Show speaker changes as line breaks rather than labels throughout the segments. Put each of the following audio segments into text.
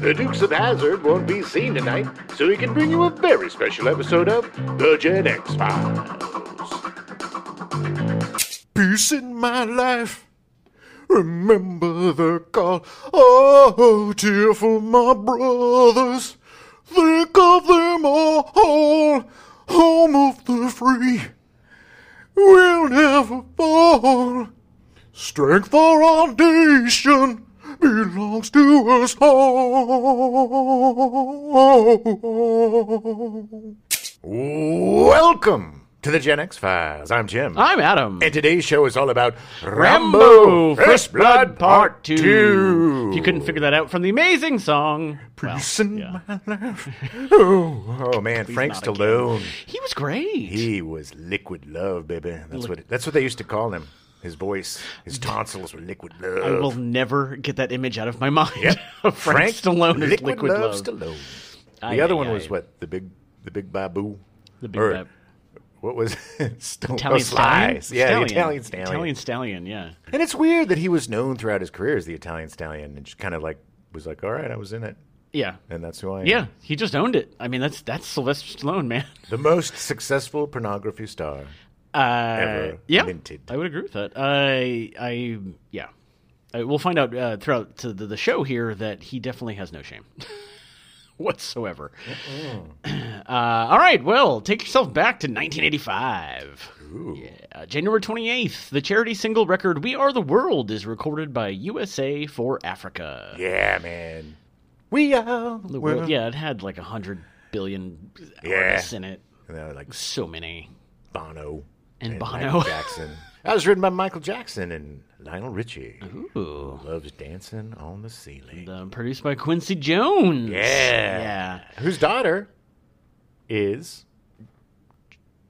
The Dukes of Hazard won't be seen tonight, so we can bring you a very special episode of The Gen X Files. Peace in my life. Remember the call. Oh, tearful, my brothers. Think of them all. Home of the free. We'll never fall. Strength for our nation belongs to us all. Welcome to the Gen X Files. I'm Jim.
I'm Adam.
and today's show is all about
Rambo,
Ah. Rambo, First Blood Part 2.
If you couldn't figure that out from the amazing song, well,
Peace in my life. Oh, oh, man, Frank
not again.
Stallone.
he was great.
He was liquid love, baby. That's what that's what they used to call him. His voice, his tonsils were liquid love.
I will never get that image out of my mind.
Yep.
of Frank, Stallone is liquid, love.
Stallone.
Aye,
The other
aye,
one was
aye.
what the big the big babu.
The big
Or
bap-
What was it? Stone,
Italian
oh, Slice.
stallion?
Yeah,
Stallion.
the Italian stallion.
Italian stallion. Yeah.
And it's weird that he was known throughout his career as the Italian stallion, and just kind of like was like, all right, I was in it,
Yeah.
and that's who I am.
Yeah. He just owned it. I mean, that's that's Sylvester Stallone, man.
the most successful pornography star.
Uh,
Ever
yeah.
minted.
I would agree with that. I I yeah. I, we'll find out uh, throughout to the, the show here that he definitely has no shame. Whatsoever. Uh, all right, well, take yourself back to 1985. Yeah, January 28th, the charity single record We Are the World is recorded by USA for Africa.
Yeah, man. We are
The
the
world-
world.
yeah, it had like 100 billion
Yeah.
artists in it.
And they were like
So many.
Bono
And Bono.
Michael Jackson. That was written by Michael Jackson and Lionel Richie.
Ooh.
Loves dancing on the ceiling.
Um, produced by Quincy Jones. Yeah.
Whose daughter is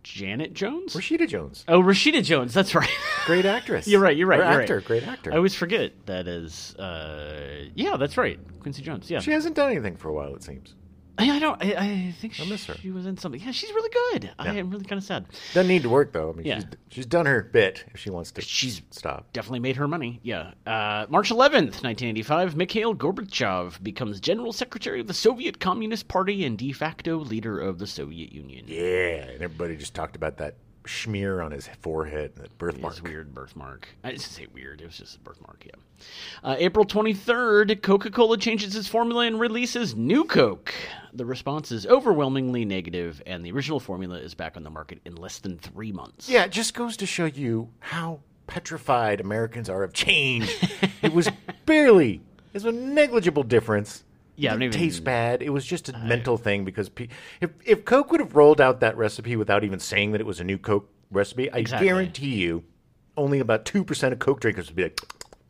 Janet Jones?
Rashida Jones.
oh, Rashida Jones. That's right.
Great actress.
you're right. You're right. Oh,
Or
you're
actor.
right.
Great actor.
I always forget that is. Uh, yeah, that's right. Quincy Jones. Yeah.
she hasn't done anything for a while, it seems.
I, I don't. I, I think
I miss her.
she was in something. Yeah, she's really good. I
Yeah.
am really kind of sad.
Doesn't need to work, though. I mean,
Yeah.
she's, she's done her bit if she wants to
She's-
stop.
Definitely made her money. Yeah. Uh, March 11th, 1985, Mikhail Gorbachev becomes General Secretary of the Soviet Communist Party and de facto leader of the Soviet Union.
Yeah. And everybody just talked about that smear on his forehead, that birthmark.
His weird birthmark. I didn't say weird. It was just a birthmark. Yeah. Uh, April twenty third, Coca Cola changes its formula and releases New Coke. The response is overwhelmingly negative, and the original formula is back on the market in less than three months.
Yeah, it just goes to show you how petrified Americans are of change. it was barely, it was a negligible difference.
Yeah,
it
I don't
didn't
even- Oh,
taste bad. It was just a mental thing because pe- if if Coke would have rolled out that recipe without even saying that it was a new Coke recipe, I
Exactly.
guarantee you, only about two percent of Coke drinkers would be like,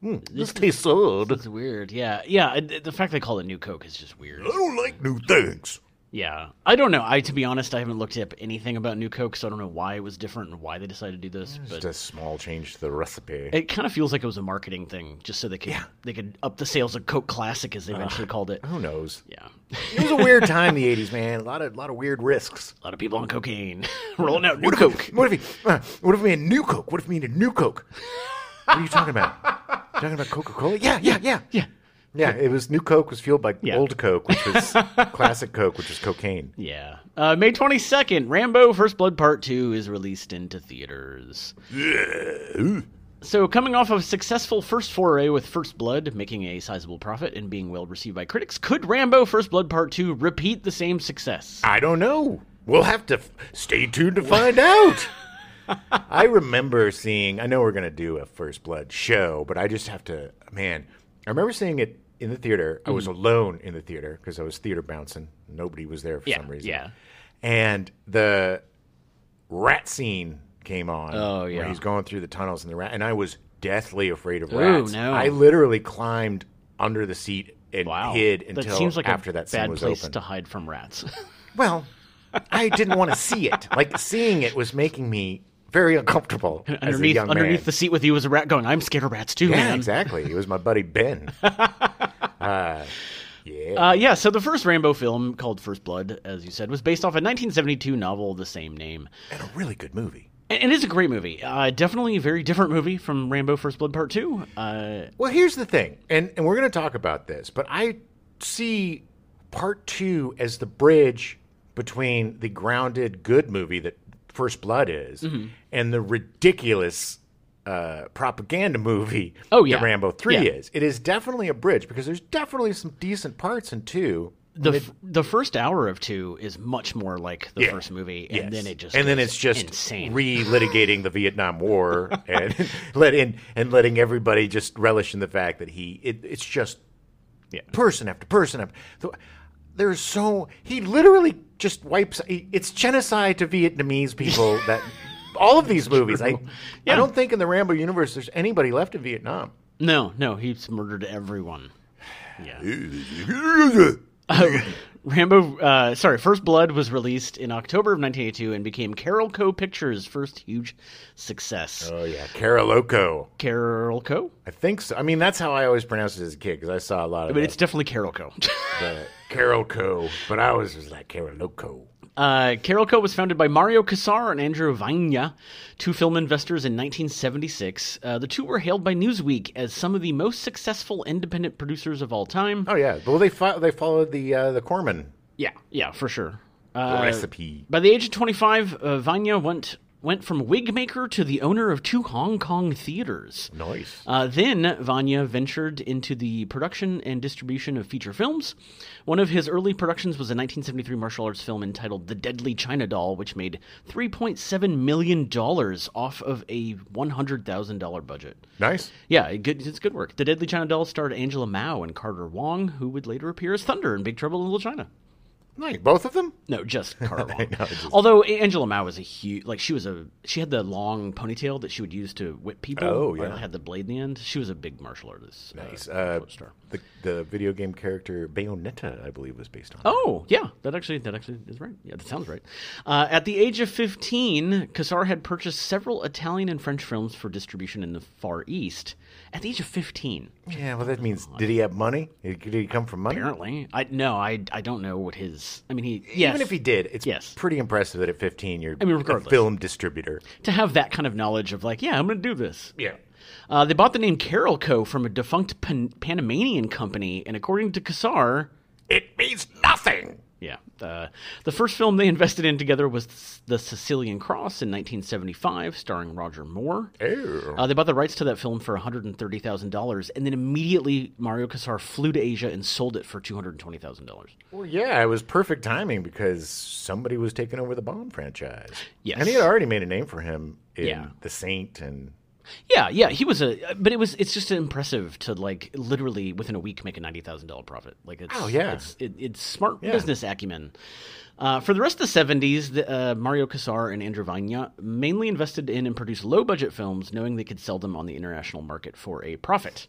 "Mm, "This tastes odd.
It's weird. Yeah, yeah. and The fact they call it New Coke is just weird.
I don't like new things."
Yeah, I don't know. I, to be honest, I haven't looked up anything about New Coke, so I don't know why it was different and why they decided to do this. But
Just a small change to the recipe.
It kind of feels like it was a marketing thing, just so they could they could up the sales of Coke Classic, as they eventually called it.
Who knows?
Yeah,
It was a weird time, the '80s, man. A lot of lot of weird risks.
a lot of people on cocaine rolling out new
What if
Coke.
We, what if we? Uh, what if we had new Coke? What if we needed new Coke? What are you talking about? You talking about Coca Cola? Yeah, yeah, yeah,
Yeah,
yeah. It was new Coke was fueled by
Yeah.
old Coke, which was classic Coke, which was cocaine.
yeah. Uh, May twenty second, Rambo: First Blood Part Two is released into theaters. So, coming off of a successful first foray with First Blood, making a sizable profit and being well received by critics, could Rambo: First Blood Part Two repeat the same success?
I don't know. We'll have to f- stay tuned to find out. I remember seeing. I know we're gonna do a First Blood show, but I just have to. Man, I remember seeing it in the theater. I was
Mm.
alone in the theater because I was theater bouncing. Nobody was there for
Yeah,
some reason.
yeah.
And the rat scene came on.
Oh,
Where
yeah.
he's going through the tunnels and the rat, and I was deathly afraid of
Ooh,
rats.
no.
I literally climbed under the seat and
Wow,
hid
that
until
seems like
after
a
that scene
bad
was
place
open.
to hide from rats.
Well, I didn't want to see it. Like seeing it was making me very uncomfortable as a
underneath,
young
underneath
man.
the seat with you was a rat going, "I'm scared of rats too."
yeah,
man.
exactly. It was my buddy Ben. uh, yeah.
Uh, yeah, so the first Rambo film, called First Blood, as you said, was based off a 1972 novel of the same name.
and a really good movie.
And and it is a great movie. Uh, definitely a very different movie from Rambo First Blood Part 2. Uh,
Well, here's the thing, and and we're going to talk about this, but I see part two as the bridge between the grounded good movie that First Blood is
Mm-hmm.
and the ridiculous uh, propaganda movie
Oh, yeah.
that Rambo 3
Yeah.
is. It is definitely a bridge because there's definitely some decent parts in two.
the f- the first hour of two is much more like the first movie, and
Yes.
then it just
and then
goes
it's just
insane.
relitigating the Vietnam War and let in and letting everybody just relish in the fact that he it, it's just
Yeah.
person after person after. So, there's so he literally just wipes. he- It's genocide to Vietnamese people that all of these movies. I I don't think in the Rambo universe there's anybody left in Vietnam.
no, no, he's murdered everyone. Yeah.
Oh,
Uh, Rambo, uh, sorry, First Blood was released in October of 1982 and became Carol Co. Pictures' first huge success.
Oh yeah, Caroloco.
Carol Co.
I think so. I mean, that's how I always pronounced it as a kid because I saw a lot of
But
that.
it's definitely Carol Co.
the Carolco, but I was just like Caroloco.
Uh, Carolco was founded by Mario Casar and Andrew Vagna, two film investors in 1976. Uh, the two were hailed by Newsweek as some of the most successful independent producers of all time.
Oh yeah, well they fo- they followed the uh, the Corman
Yeah, yeah, for sure. Uh,
recipe.
By the age of 25, uh, Vanya went went from wig maker to the owner of two Hong Kong theaters.
Nice.
Uh, then Vanya ventured into the production and distribution of feature films. One of his early productions was a 1973 martial arts film entitled The Deadly China Doll, which made 3.7 million dollars off of a 100,000 dollar budget.
Nice.
Yeah, it good, it's good work. The Deadly China Doll starred Angela Mao and Carter Wong, who would later appear as Thunder in Big Trouble in Little China.
Nice. Both of them?
No, just Carl Long. Although Angela Mao was a huge, like she was a, she had the long ponytail that she would use to whip people.
Oh,
or
yeah.
had the blade in the end. She was a big martial artist. uh,
Nice. Uh,
martial star.
the the video game character Bayonetta, I believe, was based on.
Oh, yeah, that actually that actually is right. Yeah, that sounds right. Uh, at the age of fifteen, Casar had purchased several Italian and French films for distribution in the Far East. At the age of fifteen,
Yeah. Well, that means did he have money? Did did he come from money?
apparently, I no, I I don't know what his. I mean, he yes,
Even if he did, it's
Yes.
pretty impressive that at 15 you're
mean,
a
regardless.
film distributor.
to have that kind of knowledge of like, yeah, I'm going to do this.
Yeah.
Uh, they bought the name Carolco from a defunct Pan- Panamanian company, and according to Kassar,
It means nothing.
yeah, uh, the first film they invested in together was The Sicilian Cross in 1975, starring Roger Moore.
Ew.
Uh, they bought the rights to that film for $130,000, and then immediately Mario Kassar flew to Asia and sold it for $220,000.
Well, yeah, it was perfect timing because somebody was taking over the Bond franchise.
Yes.
And he had already made a name for him in
Yeah.
The Saint and
Yeah, yeah, he was a, but it was, it's just impressive to like literally within a week make a ninety thousand dollar profit. Like it's,
Oh, yeah.
it's, it, it's smart business acumen. Uh, for the rest of the seventies, uh, Mario Casar and Andrew Vanya mainly invested in and produced low budget films, knowing they could sell them on the international market for a profit.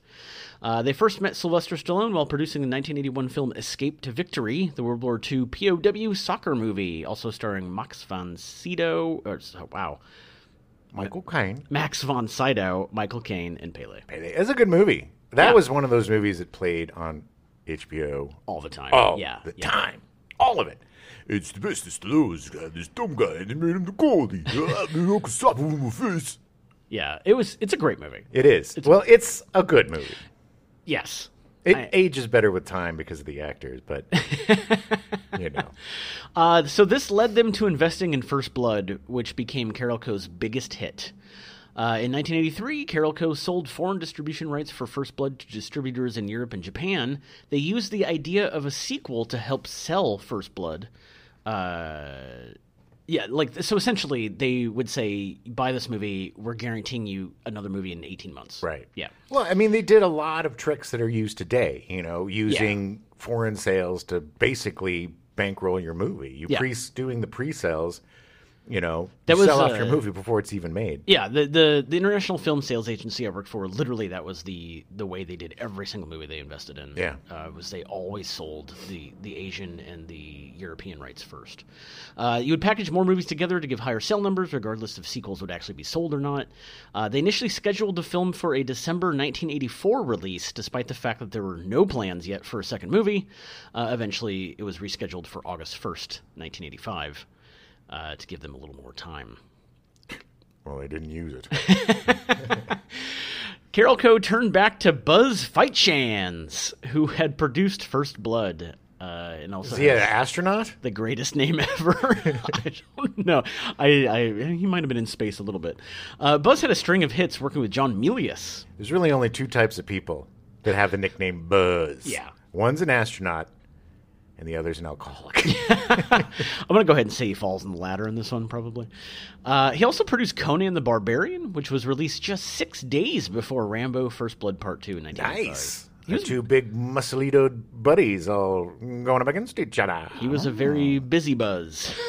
Uh, they first met Sylvester Stallone while producing the 1981 film Escape to Victory, the World War II POW soccer movie, also starring Max von Sydow. Or, oh, wow.
Michael
Uh,
Caine.
Max von Sydow, Michael Caine, and Pele
Payday. It's a good movie. That was one of those movies that played on HBO
all the time.
all
yeah,
the
yeah.
time. All of it. It's the best of Stallone's guy, this dumb guy, and they made him the goalie. Ah, they can stop him with this.
Yeah, it was. It's a great movie.
It is. well, it's a good movie.
Yes.
It ages better with time because of the actors, but you know.
Uh, so this led them to investing in First Blood, which became Carolco's biggest hit. Uh, in 1983, Carolco sold foreign distribution rights for First Blood to distributors in Europe and Japan. They used the idea of a sequel to help sell First Blood. Uh, yeah, like so. Essentially, they would say, "Buy this movie. We're guaranteeing you another movie in 18 months."
Right.
Yeah.
Well, I mean, they did a lot of tricks that are used today, you know, using foreign sales to basically bankroll your movie. You
Yeah.
pre doing the pre sales, you know,
That
you
was,
sell off
uh,
your movie before it's even made.
Yeah, the, the the international film sales agency I worked for, literally that was the the way they did every single movie they invested in.
Yeah.
uh, was they always sold the the Asian and the European rights first. Uh, you would package more movies together to give higher sale numbers, regardless if sequels would actually be sold or not. Uh, they initially scheduled the film for a December 1984 release, despite the fact that there were no plans yet for a second movie. Uh, eventually, it was rescheduled for August 1st, 1985, uh, to give them a little more time.
Well, they didn't use it.
Carol Co turned back to Buzz Fightshans, who had produced First Blood, uh, and also
Is he an
has
astronaut?
the greatest name ever. I don't know. I, I he might have been in space a little bit. Uh, Buzz had a string of hits working with John Milius.
There's really only two types of people that have the nickname Buzz.
Yeah.
One's an astronaut, and the other's an alcoholic.
I'm going to go ahead and say he falls in the latter in this one, probably. Uh, he also produced Conan the Barbarian, which was released just six days before Rambo First Blood Part 2 in 1995.
nice. The two big muscletoed buddies all going up against each other.
He was a
Oh.
very busy buzz.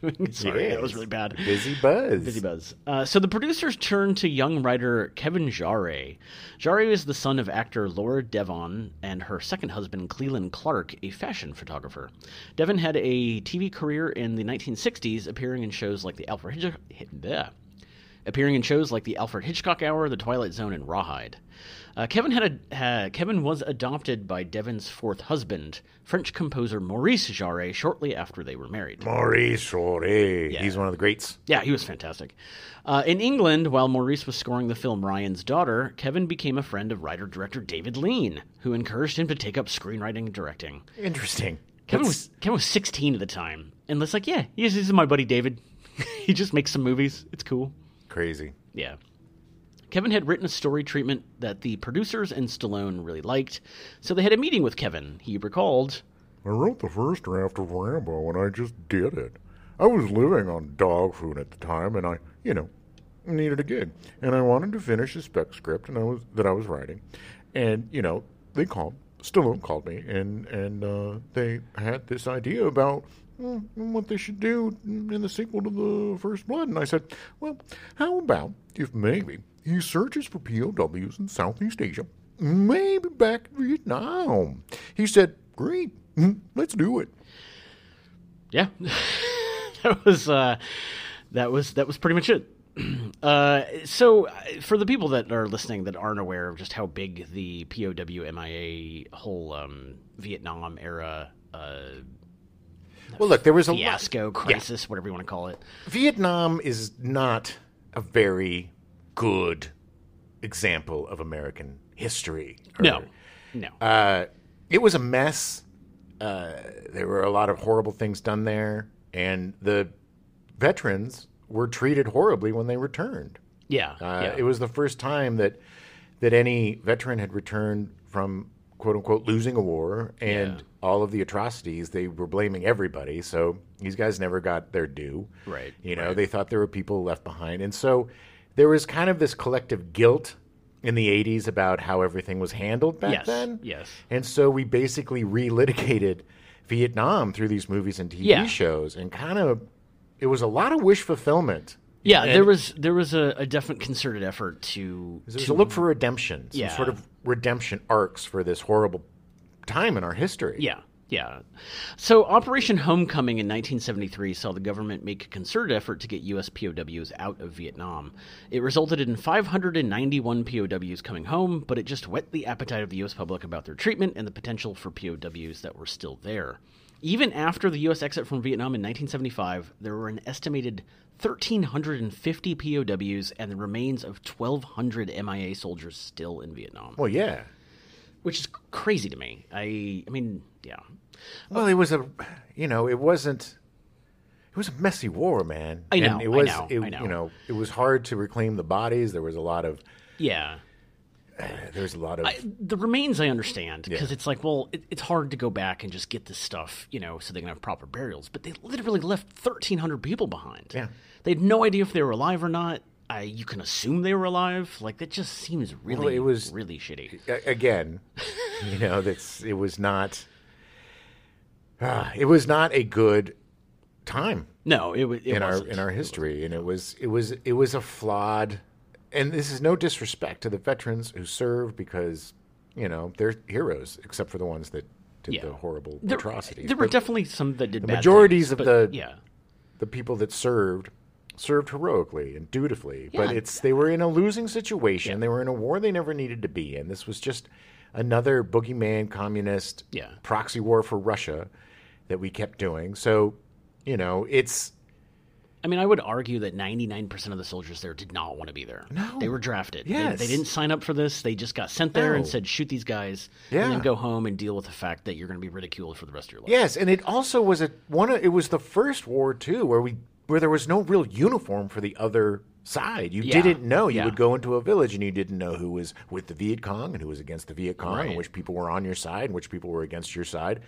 Doing- Sorry, that
Yes.
was really bad.
Busy Buzz.
Busy Buzz. Uh, so the producers turned to young writer Kevin Jarre. Jarre is the son of actor Laura Devon and her second husband Cleland Clark, a fashion photographer. Devon had a TV career in the 1960s, appearing in shows like the Alfred Hitchcock, appearing in shows like the Alfred Hitchcock Hour, The Twilight Zone, and Rawhide. Uh, Kevin had a, ha- Kevin was adopted by Devon's fourth husband, French composer Maurice Jarre, shortly after they were married.
Maurice Rory. He's one of the greats.
Yeah, he was fantastic. Uh, in England, while Maurice was scoring the film Ryan's Daughter, Kevin became a friend of writer director David Lean, who encouraged him to take up screenwriting and directing.
Interesting.
Kevin
That's-
was, Kevin was 16 at the time, and it's like, yeah, he's, he's my buddy David. he just makes some movies. It's cool.
crazy.
Yeah. Kevin had written a story treatment that the producers and Stallone really liked, so they had a meeting with Kevin. He recalled,
I wrote the first draft of Rambo and I just did it. I was living on dog food at the time and I, you know, needed a gig. And I wanted to finish a spec script and I was that I was writing. And, you know, they called Stallone called me and and uh, they had this idea about mm, what they should do in the sequel to the First Blood. And I said, well, how about if maybe he searches for POWs in Southeast Asia, maybe back to Vietnam? He said, great, mm, let's do it.
yeah that was uh that was that was pretty much it uh so uh, for the people that are listening that aren't aware of just how big the pow mia whole um vietnam era uh
Well, look, there was a lot.
fiasco crisis whatever you want to call it
Vietnam is not a very good example of American history. or-
no no
Uh, it was a mess. Uh, there were a lot of horrible things done there, and the veterans were treated horribly when they returned.
yeah,
Uh,
yeah.
It was the first time that that any veteran had returned from "quote unquote" losing a war, and
Yeah.
all of the atrocities they were blaming everybody. So these guys never got their due.
Right,
You know, they thought there were people left behind, and so there was kind of this collective guilt in the '80s about how everything was handled back
Yes,
then.
yes.
And so we basically relitigated Vietnam through these movies and TV
Yeah.
shows, and kind of it was a lot of wish fulfillment.
yeah
and-
there was there was a, a definite concerted effort to
is to look for redemption, some
Yeah.
sort of redemption arcs for this horrible time in our history.
Yeah, yeah. So Operation Homecoming in 1973 saw the government make a concerted effort to get U.S. POWs out of Vietnam. It resulted in 591 POWs coming home, but it just whet the appetite of the U.S. public about their treatment and the potential for POWs that were still there. Even after the U.S. exit from Vietnam in 1975, there were an estimated 1,350 POWs and the remains of 1,200 MIA soldiers still in Vietnam,
Well, yeah.
which is crazy to me. I, I mean, yeah.
Well, it was a, you know, it wasn't. It was a messy war, man.
I know,
And it
I
was,
know,
it,
I know.
You know, it was hard to reclaim the bodies. There was a lot of.
Yeah.
There was a lot of.
The remains I understand because it's like, well, it, it's hard to go back and just get this stuff, you know, so they can have proper burials. But they literally left 1,300 people behind.
Yeah.
They had no idea if they were alive or not. I, you can assume they were alive. Like, that just seems really,
it was-
really shitty.
a- again, you know, that's it was not. ah, it was not a good time.
No, it, wa- it
in
wasn't.
our in our history, and it was it was it was a flawed. And this is no disrespect to the veterans who serve because you know they're heroes, except for the ones that did
Yeah.
the horrible
there,
atrocities.
there were
But
definitely some that did the
majorities of the
Yeah.
the people that served served heroically and dutifully, but
Yeah.
it's they were in a losing situation. They were in a war they never needed to be in. This was just another boogeyman communist
Yeah.
proxy war for Russia that we kept doing. So, you know, it's
I mean, I would argue that 99% of the soldiers there did not want to be there.
No.
They were drafted. They-
Yes.
They, didn't sign up for this. They just got sent there and
No.
said, shoot these guys. And
Yeah.
then go home and deal with the fact that you're going to be ridiculed for the rest of your life.
Yes, and it also was a one. Of, it was the first war too, where we where there was no real uniform for the other side. You
Yeah,
didn't know. You
yeah.
would go into a village and you didn't know who was with the Viet Cong and who was against the Viet Cong,
Right.
and which people were on your side and which people were against your side.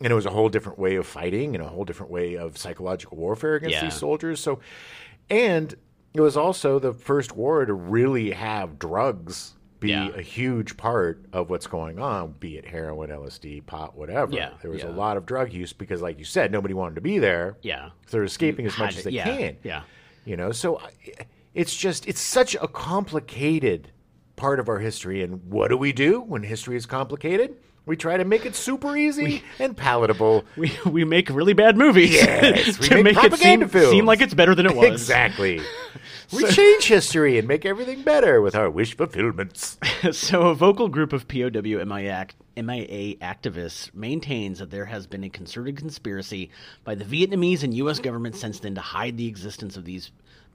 And it was a whole different way of fighting and a whole different way of psychological warfare against
Yeah.
these soldiers. So, and it was also the first war to really have drugs be
Yeah.
a huge part of what's going on, be it heroin, LSD, pot, whatever.
Yeah,
there was a
yeah.
lot of drug use because, like you said, nobody wanted to be there.
Yeah.
So they're escaping as much
Had-
as they
yeah,
can.
yeah.
You know, so I- it's just, it's such a complicated part of our history. And what do we do when history is complicated? We try to make it super easy and palatable.
We, we make really bad movies
Yes, we
to
make
make, it
propaganda
seem, seem
films.
like it's better than it was.
Exactly. we change history and make everything better with our wish fulfillments.
so a vocal group of POW MIA, act- MIA activists maintains that there has been a concerted conspiracy by the Vietnamese and U.S. government since then to hide the existence of these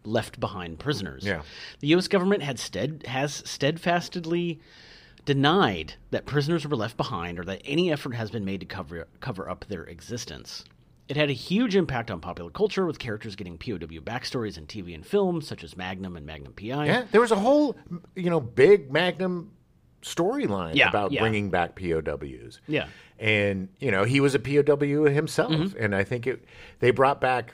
left behind prisoners.
Yeah.
The U.S. government had stead- has steadfastly denied that prisoners were left behind or that any effort has been made to cover, cover up their existence. It had a huge impact on popular culture, with characters getting POW backstories in TV and film, such as Magnum and Magnum PI.
Yeah, there was a whole, you know, big Magnum storyline
Yeah,
about
yeah.
bringing back POWs.
Yeah. Mm-hmm.
and you know, he was a POW himself, and I think it they brought back.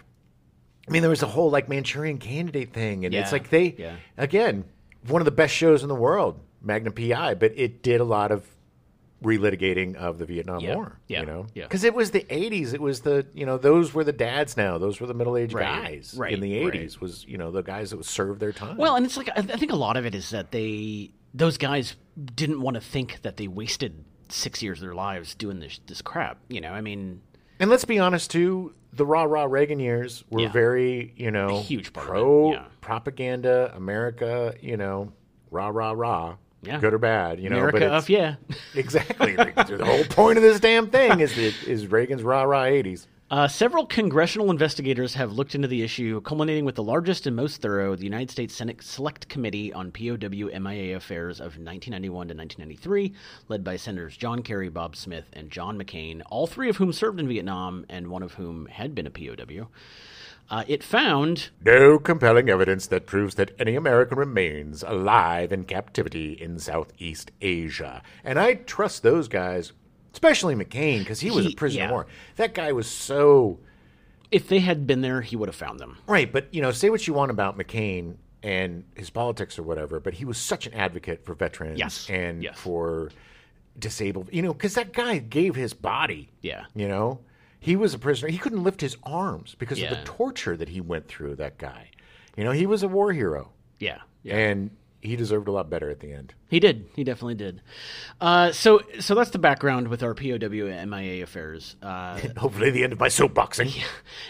I mean, there was a whole like Manchurian Candidate thing, and it's
Yeah,
like they
yeah.
again one of the best shows in the world, Magnum PI, but it did a lot of relitigating of the Vietnam
Yeah,
War.
yeah,
you know,
yeah.
because it was the '80s. It was the you know those were the dads now. Those were the middle aged
Right,
guys
right,
in the
right.
'80s. Was you know the guys that served their time.
Well, and it's like I I think a lot of it is that they those guys didn't want to think that they wasted six years of their lives doing this this crap. You know, I mean,
And let's be honest too, the rah rah Reagan years were
Yeah.
very, you know,
huge part of it,
pro
yeah.
propaganda, America, you know, rah rah rah,
Yeah.
good or bad, you know.
America
but
of
it's,
yeah.
exactly the, the whole point of this damn thing is the, is Reagan's rah rah eighties.
Uh, several congressional investigators have looked into the issue, culminating with the largest and most thorough, the United States Senate Select Committee on POW MIA Affairs of 1991 to 1993, led by Senators John Kerry, Bob Smith, and John McCain, all three of whom served in Vietnam and one of whom had been a POW. Uh, it found
No compelling evidence that proves that any American remains alive in captivity in Southeast Asia. And I trust those guys, especially McCain, because he was
He-
a prisoner
yeah.
of war. That guy was so
if they had been there, he would have found them.
Right, but you know, say what you want about McCain and his politics or whatever, but he was such an advocate for veterans
Yes,
and
yes.
for disabled, you know, because that guy gave his body.
Yeah.
You know, he was a prisoner. He couldn't lift his arms because of
Yeah.
the torture that he went through, that guy. You know, he was a war hero
Yeah.
and he deserved a lot better at the end.
He did. He definitely did. Uh, so, so that's the background with our POW and MIA affairs. Uh,
Hopefully, the end of my soapboxing.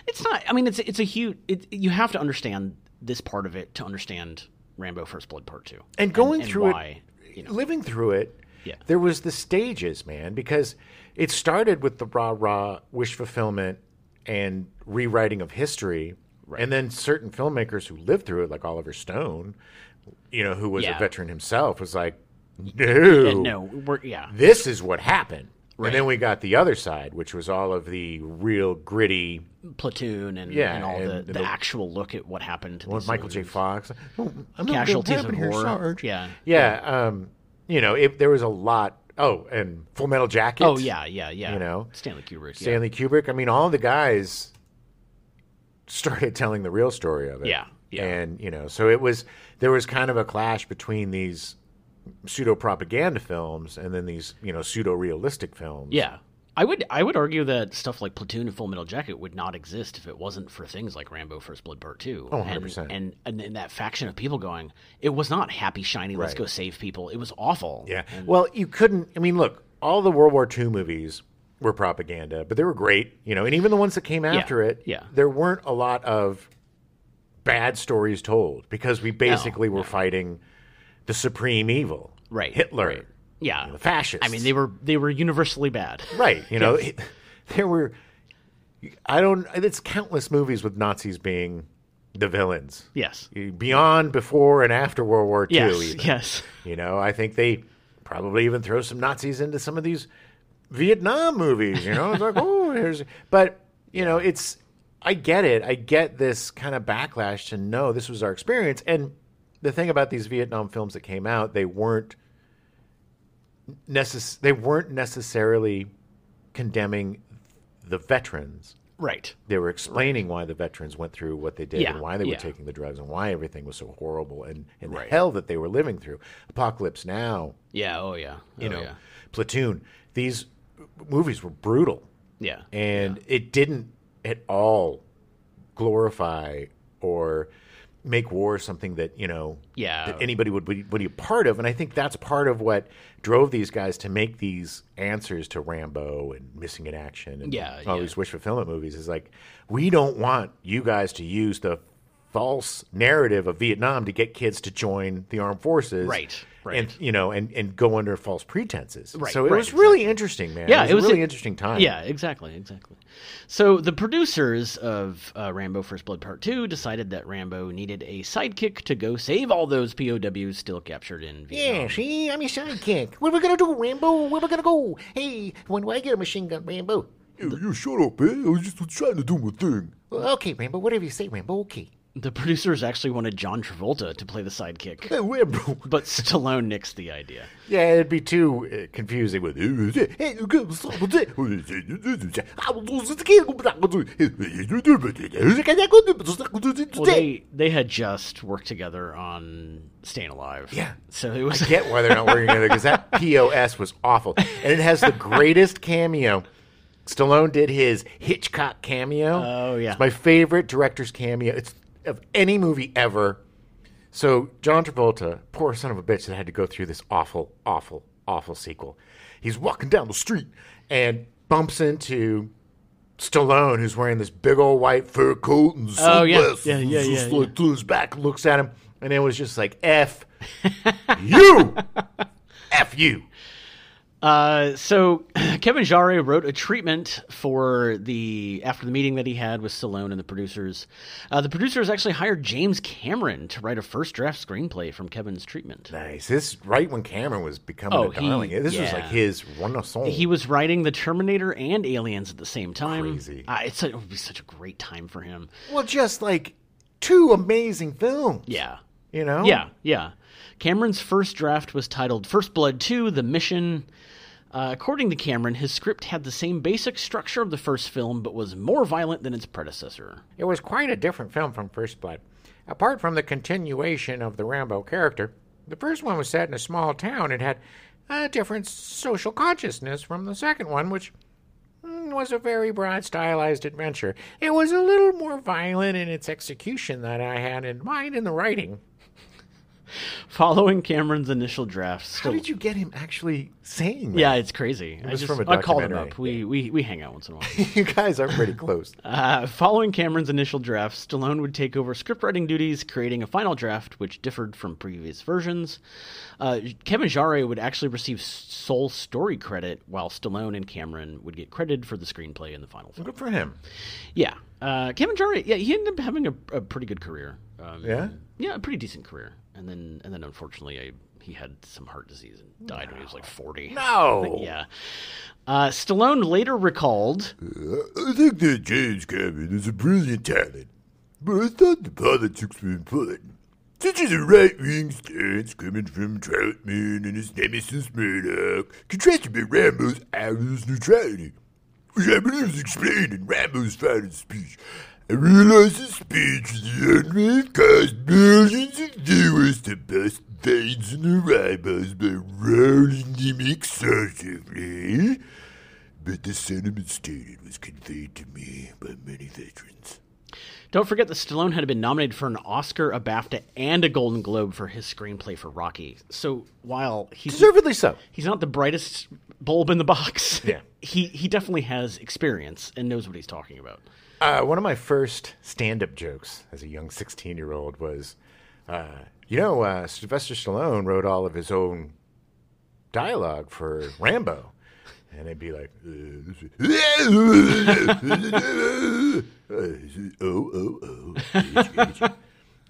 it's not. I mean, it's it's a huge. It, you have to understand this part of it to understand Rambo: First Blood Part Two.
and going
and
through
why,
it, living through it,
Yeah.
there was the stages, man, because it started with the rah rah wish fulfillment and rewriting of history, and then certain filmmakers who lived through it, like Oliver Stone, you know, who was
Yeah.
a veteran himself, was like, no,
And no, we're yeah,
this is what happened.
Right.
And then we got the other side, which was all of the real gritty
platoon and
Yeah,
and all
and
the, the
the-
actual look at what happened to these
Michael J.
soldiers.
Fox. Oh, I'm not
casualties of
happened here,
war.
Sarge.
Yeah.
Yeah, um, you know, if there was a lot. Oh, and Full Metal Jacket.
Oh yeah, yeah, yeah.
You know?
Stanley Kubrick. yeah.
Stanley Kubrick. I mean, all the guys started telling the real story of it.
Yeah, yeah.
And you know, so it was there was kind of a clash between these pseudo propaganda films and then these you know pseudo realistic films.
Yeah. I would I would argue that stuff like Platoon and Full Metal Jacket would not exist if it wasn't for things like Rambo First Blood Part 2.
Oh,
And-
100%.
And, and and that faction of people going, it was not happy shiny, let's
Right.
go save people. It was awful.
Yeah.
And-
well, you couldn't. I mean, look, all the World War II movies were propaganda, but they were great, you know. And even the ones that came after it,
yeah.
there weren't a lot of bad stories told because we basically were fighting the supreme evil,
Right,
Hitler,
right. yeah.
the fascists.
I mean, they were they were universally bad.
right. You know, there were. I don't. It's countless movies with Nazis being the villains
Yes.
beyond before and after World War II.
Yes.
even.
Yes.
You know, I think they probably even throw some Nazis into some of these Vietnam movies. You know, it's like, oh, here's. But you know, it's. I get it. I get this kind of backlash to no, this was our experience. And the thing about these Vietnam films that came out, they weren't necess- They weren't necessarily condemning the veterans
Right.
they were explaining why the veterans went through what they did
Yeah,
and why they
yeah.
were taking the drugs and why everything was so horrible and, and
Right.
the hell that they were living through. Apocalypse Now,
Yeah. Oh yeah.
you
Oh,
know,
Yeah.
Platoon. These movies were brutal
Yeah.
and it didn't at all glorify or make war something that, you know,
Yeah.
that anybody would be, would be a part of. And I think that's part of what drove these guys to make these answers to Rambo and Missing in Action and
Yeah,
all
yeah.
these wish fulfillment movies is like, we don't want you guys to use the false narrative of Vietnam to get kids to join the armed forces.
Right,
And,
right.
you know, and, and go under false pretenses.
Right,
so it
right,
was really interesting, man.
Yeah,
it was,
it was
a really
a-
interesting time.
Yeah, exactly, exactly. So the producers of uh, Rambo: First Blood Part Two decided that Rambo needed a sidekick to go save all those POWs still captured in Vietnam.
Yeah, see, I'm your sidekick. Where we gonna do, Rambo? Where we gonna go? Hey, when do I get a machine gun, Rambo?
You, you shut up, eh? I was just trying to do my thing.
Well, okay, Rambo, whatever you say, Rambo, okay.
The producers actually wanted John Travolta to play the sidekick,
Hey, Rambo.
but Stallone nixed the idea.
Yeah, it'd be too uh, confusing with
Hey, you got some of that. I was losing the game, but I was doing-
Well, they they had just worked together on Staying Alive.
Yeah.
so it was.
get why they're not working together because that POS was awful, and it has the greatest cameo. Stallone did his Hitchcock cameo.
Oh, yeah.
it's my favorite director's cameo. It's of any movie ever. So John Travolta, poor son of a bitch that had to go through this awful, awful, awful sequel. He's walking down the street and bumps into Stallone, who's wearing this big old white fur coat and
Oh, yeah.
sunglasses,
Yeah, yeah,
and just
yeah,
like to his back, looks at him, and it was just like F you, F you.
Uh, so Kevin Jare wrote a treatment for the after the meeting that he had with Stallone and the producers. Uh, the producers actually hired James Cameron to write a first draft screenplay from Kevin's treatment.
Nice. This right when Cameron was becoming
Oh,
a
he-
darling. this was
yeah.
like his renaissance.
He was writing the Terminator and Aliens at the same time.
Crazy.
Uh, it's a, it would be such a great time for him.
well, just like two amazing films.
Yeah.
You know.
Yeah, yeah. Cameron's first draft was titled First Blood 2 The Mission. Uh, according to Cameron, his script had the same basic structure of the first film, but was more violent than its predecessor.
It was quite a different film from First Blood. Apart from the continuation of the Rambo character, the first one was set in a small town and had a different social consciousness from the second one, which mm, was a very broad, stylized adventure. It was a little more violent in its execution than I had in mind in the writing.
Following Cameron's initial draft, still,
you get him actually saying
yeah, it's crazy. I
was
just
from a
I called him
documentary.
up. We, we we hang out once in a while.
you guys are pretty close.
Uh, following Cameron's initial draft, Stallone would take over scriptwriting duties, creating a final draft which differed from previous versions. Uh, Kevin Jare would actually receive s- sole story credit, while Stallone and Cameron would get credited for the screenplay in the final film.
Good for him.
Yeah, uh, Kevin Jare, yeah, he ended up having a, a pretty good career. Um,
Yeah?
yeah, a pretty decent career, and then and then unfortunately, I, he had some heart disease and died when he was like forty.
No.
Yeah. Uh, Stallone later recalled
I think that James Cameron is a brilliant talent, but I thought the politics were important. Such as a right-wing stance coming from Troutman and his nemesis Murdoch, contrasted by Rambo's obvious neutrality, which I believe is explained in Rambo's final speech. I realize his speech in the end may have caused millions of viewers to bust veins in their eyeballs by rolling them excessively but the sentiment stated was conveyed to me by many veterans.
Don't forget that Stallone had been nominated for an Oscar, a BAFTA, and a Golden Globe for his screenplay for Rocky. So while he's
Deservedly so.
he's not the brightest bulb in the box,
Yeah.
he he definitely has experience and knows what he's talking about.
Uh, one of my first stand-up jokes as a young 16-year-old was, uh, you know, uh, Sylvester Stallone wrote all of his own dialogue for Rambo. and they'd be like, "Uh, oh, oh, oh.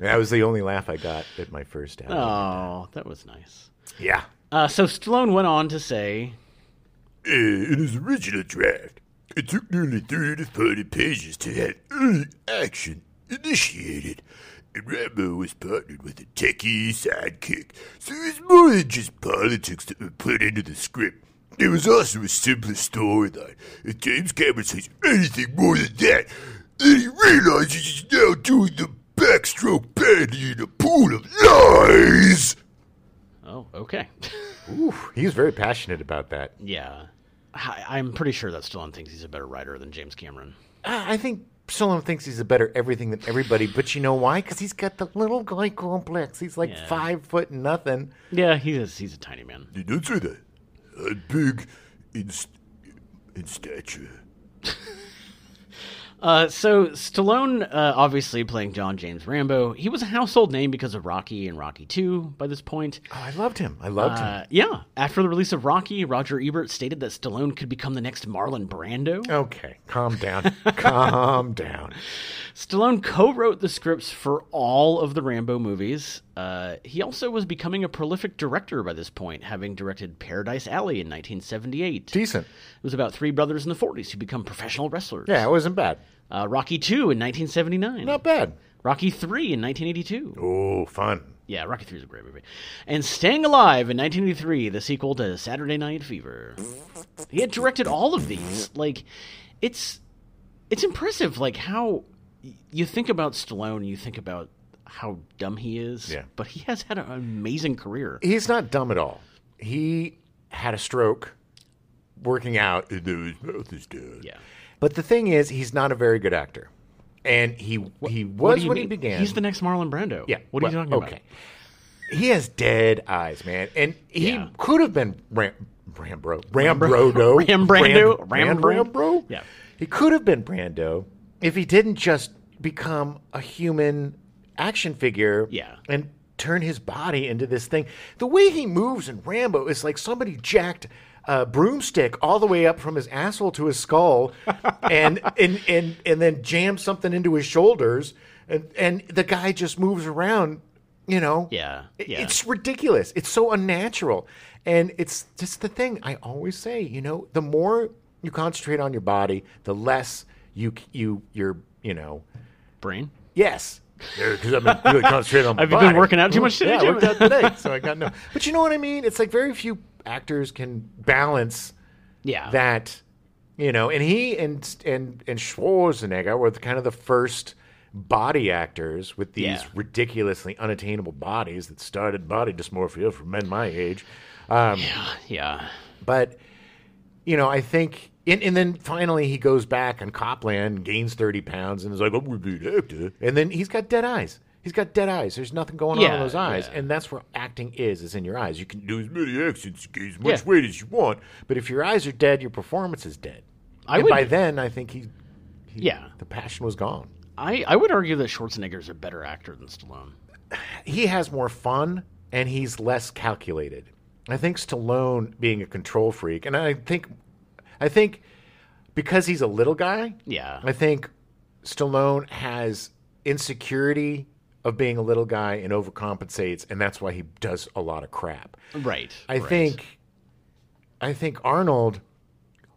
And that was the only laugh I got at my first album.
Oh, that was nice.
Yeah.
Uh, so Stallone went on to say,
Uh, in his original draft, it took nearly 340 pages to have early action initiated, and Rambo was partnered with a techie sidekick, so it was more than just politics that were put into the script. There was also a simpler storyline. If James Cameron says anything more than that, then he realizes he's now doing the backstroke badly in a pool of lies!
"Oh, okay,
Ooh, he was very passionate about that.
yeah." I, I'm pretty sure that Stallone thinks he's a better writer than James Cameron.
I I think Stallone thinks he's a better everything than everybody, but you know why? Because he's got the little guy complex. He's like
Yeah.
five foot nothing.
Yeah, he is. He's a tiny man.
You don't say that. I'm big in, st- in stature.
Uh, so Stallone, uh, obviously playing John James Rambo, he was a household name because of Rocky and Rocky Two. By this point,
Oh, I loved him. I loved him.
uh, yeah. After the release of Rocky, Roger Ebert stated that Stallone could become the next Marlon Brando.
Okay, calm down. calm down.
Stallone co-wrote the scripts for all of the Rambo movies. Uh, he also was becoming a prolific director by this point, having directed Paradise Alley in 1978. It
Decent.
was about three brothers in the 40s who become professional wrestlers.
Yeah, it wasn't bad.
Uh, Rocky II in 1979.
Not bad.
Rocky III in 1982.
Oh, fun.
Yeah, Rocky III is a great movie. And Staying Alive in 1983, the sequel to Saturday Night Fever. He had directed all of these. Like, it's it's impressive. Like how y- you think about Stallone, you think about how dumb he is.
Yeah.
But he has had an amazing career.
He's not dumb at all. He had a stroke working out.
And then his mouth is down.
Yeah.
But the thing is, he's not a very good actor. And he he
What
was
do you
when he
mean?
began.
He's the next Marlon Brando.
Yeah.
What
well,
are you talking
Okay. He has dead eyes, man, and he
Yeah.
could have been Ram, Rambro, Rambrodo,
Ram Brando?
Ram,
Ram Brand-
Rambro.
Yeah.
he could have been Brando if he didn't just become a human action figure.
Yeah.
and turn his body into this thing. The way he moves in Rambo is like somebody jacked. A broomstick all the way up from his asshole to his skull, and and and and then jams something into his shoulders, and and the guy just moves around, you know.
Yeah,
It-
yeah.
It's ridiculous. It's so unnatural. And it's just the thing I always say, you know, the more you concentrate on your body, the less you you you're, you know,
about? Brain.
yes. Because I've been really concentrated on my
Have you been
body.
working out too much today,
Yeah, I
Jim?
worked out today, so I got no. But you know what I mean? It's like very few actors can balance
Yeah.
that you know and he and and and schwarzenegger were the, kind of the first body actors with these
Yeah.
ridiculously unattainable bodies that started body dysmorphia for men my age um,
yeah.
but you know i think and, and then finally he goes back and copland gains 30 pounds and is like i'm gonna be an actor and then he's got dead eyes he's got dead eyes there's nothing going on
Yeah,
in those eyes
yeah.
and that's where acting is is in your eyes you can do
Do as many accents, get as much
Yeah.
weight as you want.
but if your eyes are dead, your performance is dead.
I
and
would-
by then, I think he, he-
Yeah.
the passion was gone.
I, I would argue that Schwarzenegger's a better actor than Stallone.
He has more fun and he's less calculated. I think Stallone being a control freak, and I think, I think, because he's a little guy,
Yeah.
I think Stallone has insecurity of being a little guy and overcompensates, and that's why he does a lot of crap.
Right.
I
right.
think I think Arnold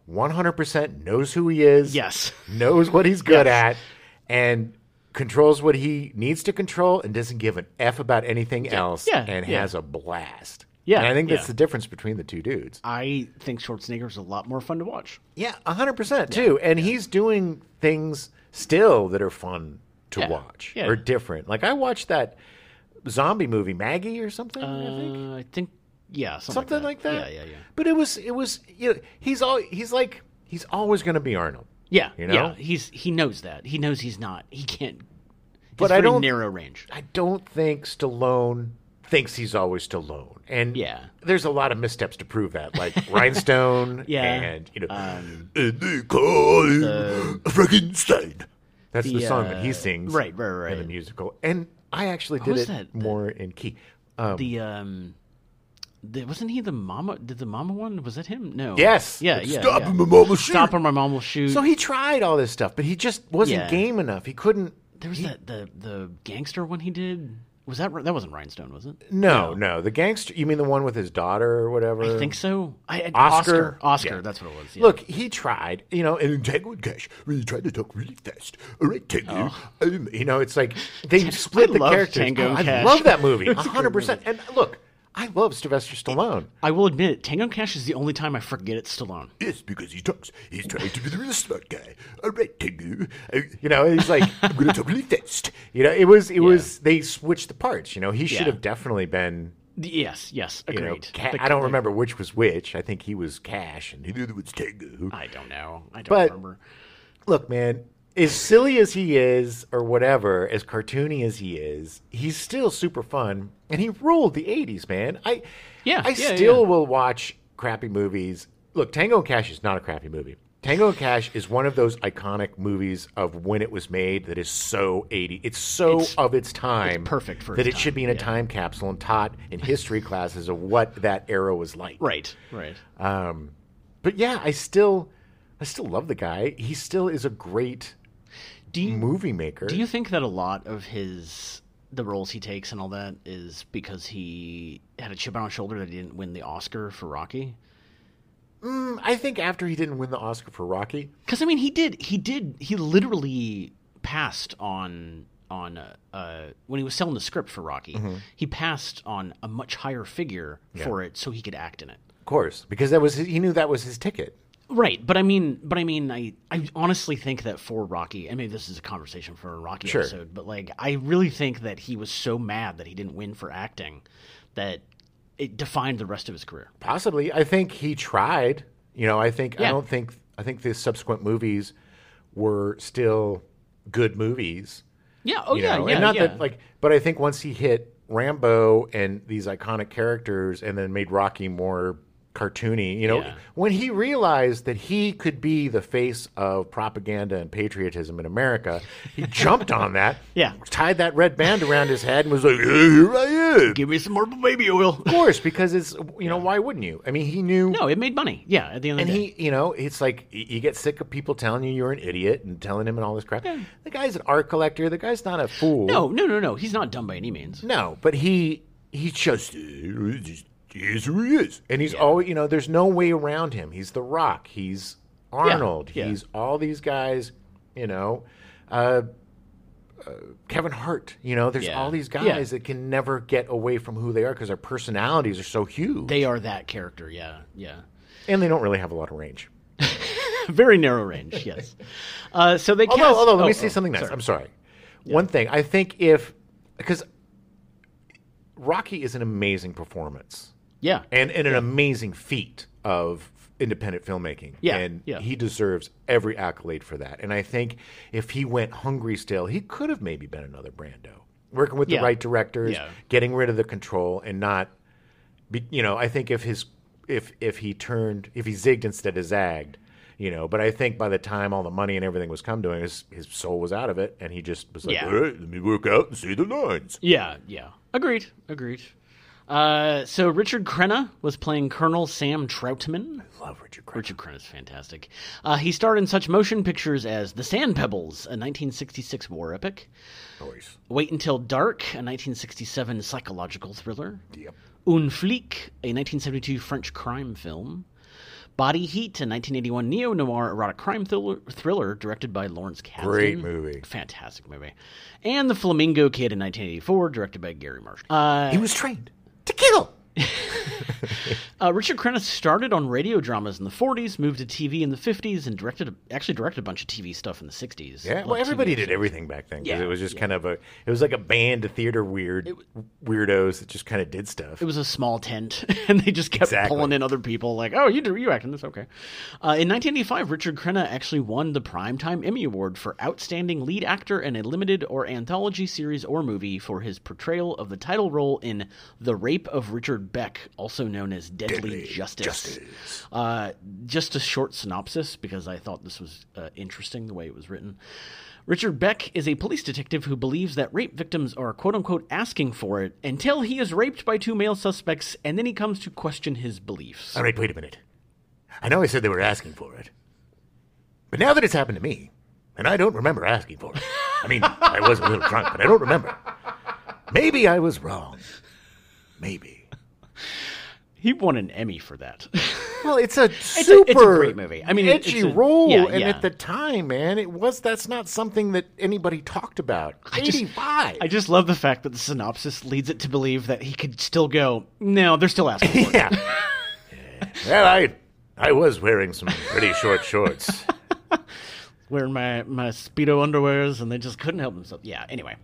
100% knows who he is.
Yes.
Knows what he's good at and controls what he needs to control and doesn't give an F about anything else
yeah,
and
yeah.
has a blast.
Yeah,
And I think that's
yeah.
the difference between the two dudes.
I think Schwarzenegger's a lot more fun to watch.
Yeah, 100% too. And he's doing things still that are fun to
Yeah,
watch
yeah.
or different. Like I watched that zombie movie Maggie or something, I think.
Uh, I think, yeah, something,
something like that.
Yeah, yeah, yeah.
But it was it was you know he's all he's like he's always going to be Arnold.
Yeah,
You
yeah.
know?
He's he knows that. He knows he's not. He can't.
But
it's
I
very
don't-
narrow range.
I don't think Stallone thinks he's always Stallone, and
Yeah.
there's a lot of missteps to prove that, like Rhinestone,
Yeah. Um,
and you know
And they call him Frankenstein.
that's the,
the,
song that he
uh,
sings,
right, right, right.
in the musical. And I actually
was
did it
that?
more in key. Um,
The um, th- wasn't he the mama? Did the mama one? Was that him? No.
Yes.
Yeah. Yeah.
Stop
yeah.
him, my mama shoot.
Stop or my mom will shoot.
So he tried all this stuff, but he just wasn't
Yeah.
game enough. He couldn't.
there was that the the gangster one he did. Was that that wasn't Rhinestone? Was it?
No, no. The gangster. You mean the one with his daughter or whatever?
I think so. I, I-
Oscar?
Oscar. Oscar.
Yeah.
That's what it was. yeah.
Look, he tried, you know, and Tango and Cash really tried to talk really fast. All right, Tango, um, you know, it's like they split
I
the
love
characters. Oh,
Tango and
I
Cash.
love that movie, hundred percent. And look, I love Sylvester Stallone.
I will admit, it, Tango and Cash is the only time I forget it's Stallone.
Yes, because he talks. He's trying to be the real smart guy. All right, Tengu. Uh, you know, he's like, I'm going to talk really fast. You know, it was, it was, they switched the parts. You know, he should
Yeah.
have definitely been,
Yes, yes,
you know,
agreed.
Ca-
The-
I don't remember which was which. I think he was Cash and the other was Tengu.
I don't know. I don't
But-
remember.
Look, man, as silly as he is or whatever, as cartoony as he is, he's still super fun. And he ruled the 80s, man. I,
Yeah,
I
yeah,
still
yeah.
will watch crappy movies. Look, Tango and Cash is not a crappy movie. Tango and Cash is one of those iconic movies of when it was made that is so 80. It's so
It's-
of its time.
perfect for
that
its
it should
time,
be in a
yeah.
time capsule and taught in history classes of what that era was like.
Right, right.
Um, but yeah, I still, I still love the guy. He still is a great
Do you,
movie maker.
do you think that a lot of his the roles he takes and all that is because he had a chip on his shoulder that he didn't win the Oscar for Rocky?
Mm, I think after he didn't win the Oscar for Rocky,
Because I mean, he did. He did. He literally passed on on uh, uh, when he was selling the script for Rocky.
Mm-hmm.
He passed on a much higher figure for it so he could act in it.
of course, because that was his, he knew that was his ticket.
Right, but I mean, but I mean, I, I honestly think that for Rocky, and maybe this is a conversation for a Rocky
Sure.
episode, but like, I really think that he was so mad that he didn't win for acting that it defined the rest of his career.
Possibly, I think he tried. You know, I think I
Yeah.
don't think I think the subsequent movies were still good movies.
Yeah. Oh
you
yeah.
know?
Yeah.
and not
yeah.
that like, but I think once he hit Rambo and these iconic characters, and then made Rocky more cartoony, you know,
Yeah.
when he realized that he could be the face of propaganda and patriotism in America, he jumped on that,
Yeah.
tied that red band around his head, and was like, "Hey, "Here I am."
give me some more baby oil.
Of course, because it's you know why wouldn't you? I mean, he knew
no, it made money. Yeah. At the end of
and
the day.
he, you know, it's like y- you get sick of people telling you you're an idiot and telling him and all this crap. The guy's an art collector. The guy's not a fool.
no, no, no, no. He's not dumb by any means.
No, but he he just, uh, just he is who he is, and he's always you know. There's no way around him. He's The Rock. He's Arnold.
yeah.
He's all these guys. You know, uh, uh, Kevin Hart. You know, there's
Yeah.
all these guys
Yeah.
that can never get away from who they are because their personalities are so huge,
They are that character. Yeah. Yeah.
and they don't really have a lot of range.
Very narrow range. Yes. Uh, so they.
Although,
cast-
although, let
oh,
me say
oh,
something nice.
sorry.
I'm sorry. One thing I think if because Rocky is an amazing performance
Yeah.
and, and an amazing feat of independent filmmaking.
Yeah,
and
yeah.
he deserves every accolade for that. And I think if he went hungry still, he could have maybe been another Brando, working with
Yeah.
the right directors,
Yeah.
getting rid of the control, and not, be, you know, I think if his if if he turned if he zigged instead of zagged. You know, but I think by the time all the money and everything was come to him, his, his soul was out of it, and he just was like,
Yeah.
"All right, let me work out and see the lines."
Yeah, yeah. Agreed, agreed. Uh, so Richard Crenna was playing Colonel Sam Troutman.
Love Richard Craig.
Richard Crenna's fantastic. Uh, he starred in such motion pictures as The Sand Pebbles, a 1966 war epic,
Voice.
Wait Until Dark, a 1967 psychological thriller,
Yep.
Un Flic, a 1972 French crime film, Body Heat, a 1981 neo noir erotic crime thriller, thriller directed by Lawrence Kasdan.
Great movie.
Fantastic movie. And The Flamingo Kid in 1984, directed by Gary Marshall. Uh,
He was trained to kill.
Uh, Richard Crenna started on radio dramas in the 40s, moved to TV in the 50s, and directed a, actually directed a bunch of TV stuff in the 60s.
Yeah, well,
Like
everybody
TV
did everything back then because
Yeah,
it was just kind of a it was like a band of theater weird weirdos that just kind of did stuff.
It was a small tent, and they just kept
Exactly.
pulling in other people. Like, oh, you do you act in this? Okay. Uh, in 1985, Richard Crenna actually won the Primetime Emmy Award for Outstanding Lead Actor in a Limited or Anthology Series or Movie for his portrayal of the title role in The Rape of Richard Beck, also known as Deadly, Justice. Uh, just a short synopsis because I thought this was uh, interesting the way it was written. Richard Beck is a police detective who believes that rape victims are quote unquote asking for it until he is raped by two male suspects and then he comes to question his beliefs.
All right, wait a minute. I know I said they were asking for it. But now that it's happened to me, and I don't remember asking for it. I mean, I was a little drunk, but I don't remember. Maybe I was wrong. Maybe.
He won an Emmy for that.
Well, it's a
a-
super
it's a great movie. I mean, it-
edgy
it's a-
role,
yeah,
and
yeah.
at the time, man, it was that's not something that anybody talked about.
just-
Eighty-five.
I just love the fact that the synopsis leads it to believe that he could still go, no, they're still asking for it."
yeah. Well, I I was wearing some pretty short shorts.
wearing my, my Speedo underwears, and they just couldn't help themselves. Yeah, anyway.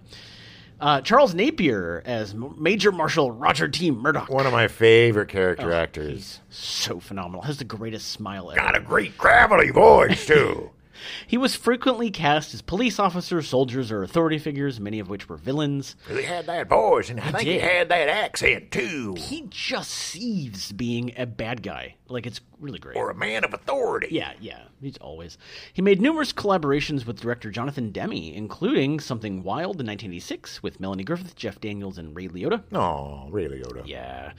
Uh, Charles Napier as M- Major Marshal Roger T. Murdoch.
One of my favorite character actors.
So phenomenal. Has the greatest smile ever.
Got a great gravelly voice too.
He was frequently cast as police officers, soldiers, or authority figures, many of which were villains.
he had that voice, and I think he
did.
had that accent too,
He just seethes being a bad guy. Like, it's really great.
or a man of authority.
Yeah, yeah, he's always. He made numerous collaborations with director Jonathan Demme, including Something Wild in 1986 with Melanie Griffith, Jeff Daniels, and Ray Liotta.
No, really, Oda.
Yeah.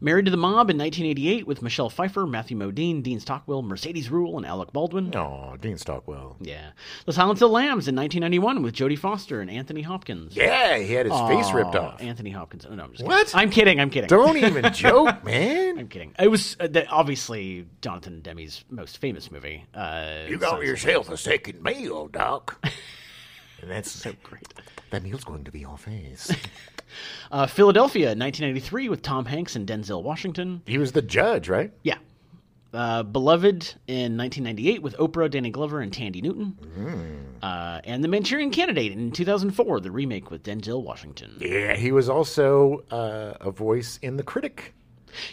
Married to the Mob in 1988 with Michelle Pfeiffer, Matthew Modine, Dean Stockwell, Mercedes Rule, and Alec Baldwin.
No, Dean Stockwell.
Yeah. The Silence of the Lambs in 1991 with Jodie Foster and Anthony Hopkins.
Yeah, he had his face ripped
Aw,
off.
Anthony Hopkins. Oh, no, I'm just
What?
kidding. I'm kidding. I'm kidding.
Don't even joke, man.
I'm kidding. It was uh, that obviously Jonathan Demme's most famous movie. Uh,
You got
Silence-
yourself a second meal, Doc. And that's so
Great.
That meal's going to be your face.
Uh, Philadelphia, 1993, with Tom Hanks and Denzel Washington.
he was the judge, right?
Yeah. Uh, Beloved in 1998 with Oprah, Danny Glover, and Tandy Newton.
Hmm.
Uh, and The Manchurian Candidate in 2004, the remake with Denzel Washington.
Yeah, he was also uh, a voice in The Critic.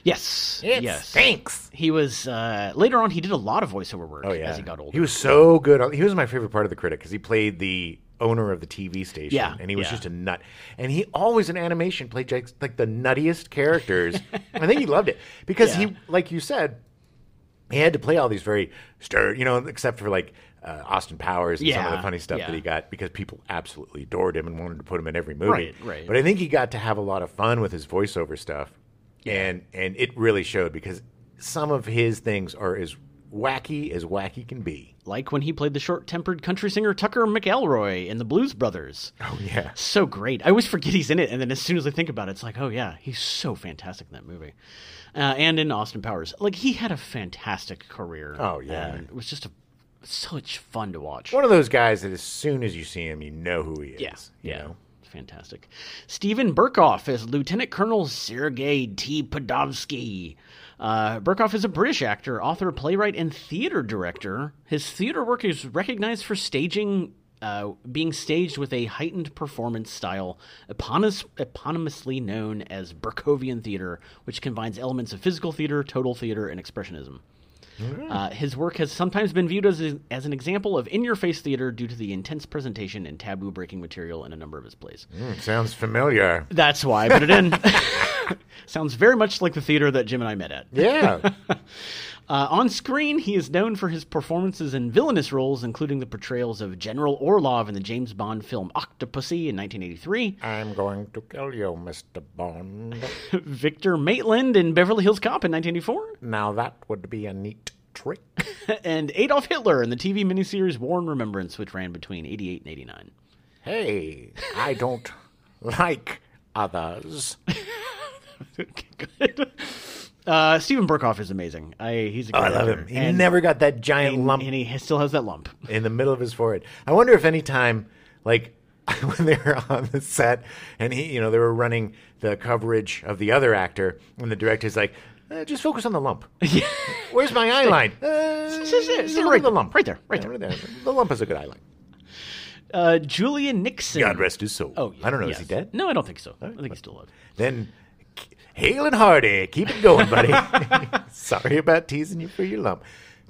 Yes. yes.
Thanks.
He was, uh, later on, he did a lot of voiceover work
Oh, yeah.
as he got older.
He was so good. on- He was my favorite part of The Critic because he played the owner of the TV station.
Yeah,
And he was
yeah.
just a nut. And he always, in animation, played like, like the nuttiest characters. I think he loved it because
Yeah.
he, like you said, he had to play all these very stir, you know, except for like uh, Austin Powers and some of the
Yeah,
funny stuff
yeah.
that he got because people absolutely adored him and wanted to put him in every movie.
Right, right.
But I think he got to have a lot of fun with his voiceover stuff, and and it really showed because some of his things are as wacky as wacky can be.
like when he played the short tempered country singer Tucker McElroy in The Blues Brothers.
Oh yeah,
So great. I always forget he's in it, and then as soon as I think about it, it's like, oh yeah, he's so fantastic in that movie, uh, and in Austin Powers. Like he had a fantastic career.
Oh, yeah.
and it was just a, such fun to watch.
one of those guys that as soon as you see him, you know who he is.
Yeah,
you
yeah,
know?
fantastic. Stephen Burkoff as Lieutenant Colonel Sergei T. Podovsky. Uh, Burkoff is a British actor, author, playwright, and theater director. His theater work is recognized for staging. Uh, being staged with a heightened performance style eponymous, eponymously known as Burkovian theater, which combines elements of physical theater, total theater, and expressionism. Uh, his work has sometimes been viewed as, as an example of in your face theater due to the intense presentation and taboo breaking material in a number of his plays.
Hmm, sounds familiar.
That's why I put it in. Sounds very much like the theater that Jim and I met at.
Yeah,
Uh, on screen, he is known for his performances in villainous roles, including the portrayals of General Orlov in the James Bond film Octopussy in 1983,
I'm going to kill you, Mr. Bond.
Victor Maitland in Beverly Hills Cop in 1984,
Now that would be a neat trick.
and Adolf Hitler in the TV miniseries War and Remembrance, which ran between 88 and 89.
Hey, I don't like others.
Good. Uh, Stephen Burkoff is amazing. I he's a
oh,
great
I love
actor.
him. He
and,
never got that giant
and,
lump
and he still has that lump.
in the middle of his forehead. I wonder if any time, like when they were on the set and he, you know, they were running the coverage of the other actor, and the director's like, uh, just focus on the lump. Where's my eye line? Uh,
it's
look at
right
the
there,
lump.
right there, right
Yeah, The lump is a good eye line.
Uh, Julian Nixon.
God rest his soul.
Oh, yeah,
I don't know.
yes.
Is he dead?
No, I don't think so. I think he's still alive.
Then Hale and Hardy, keep it going, buddy. Sorry about teasing you for your lump.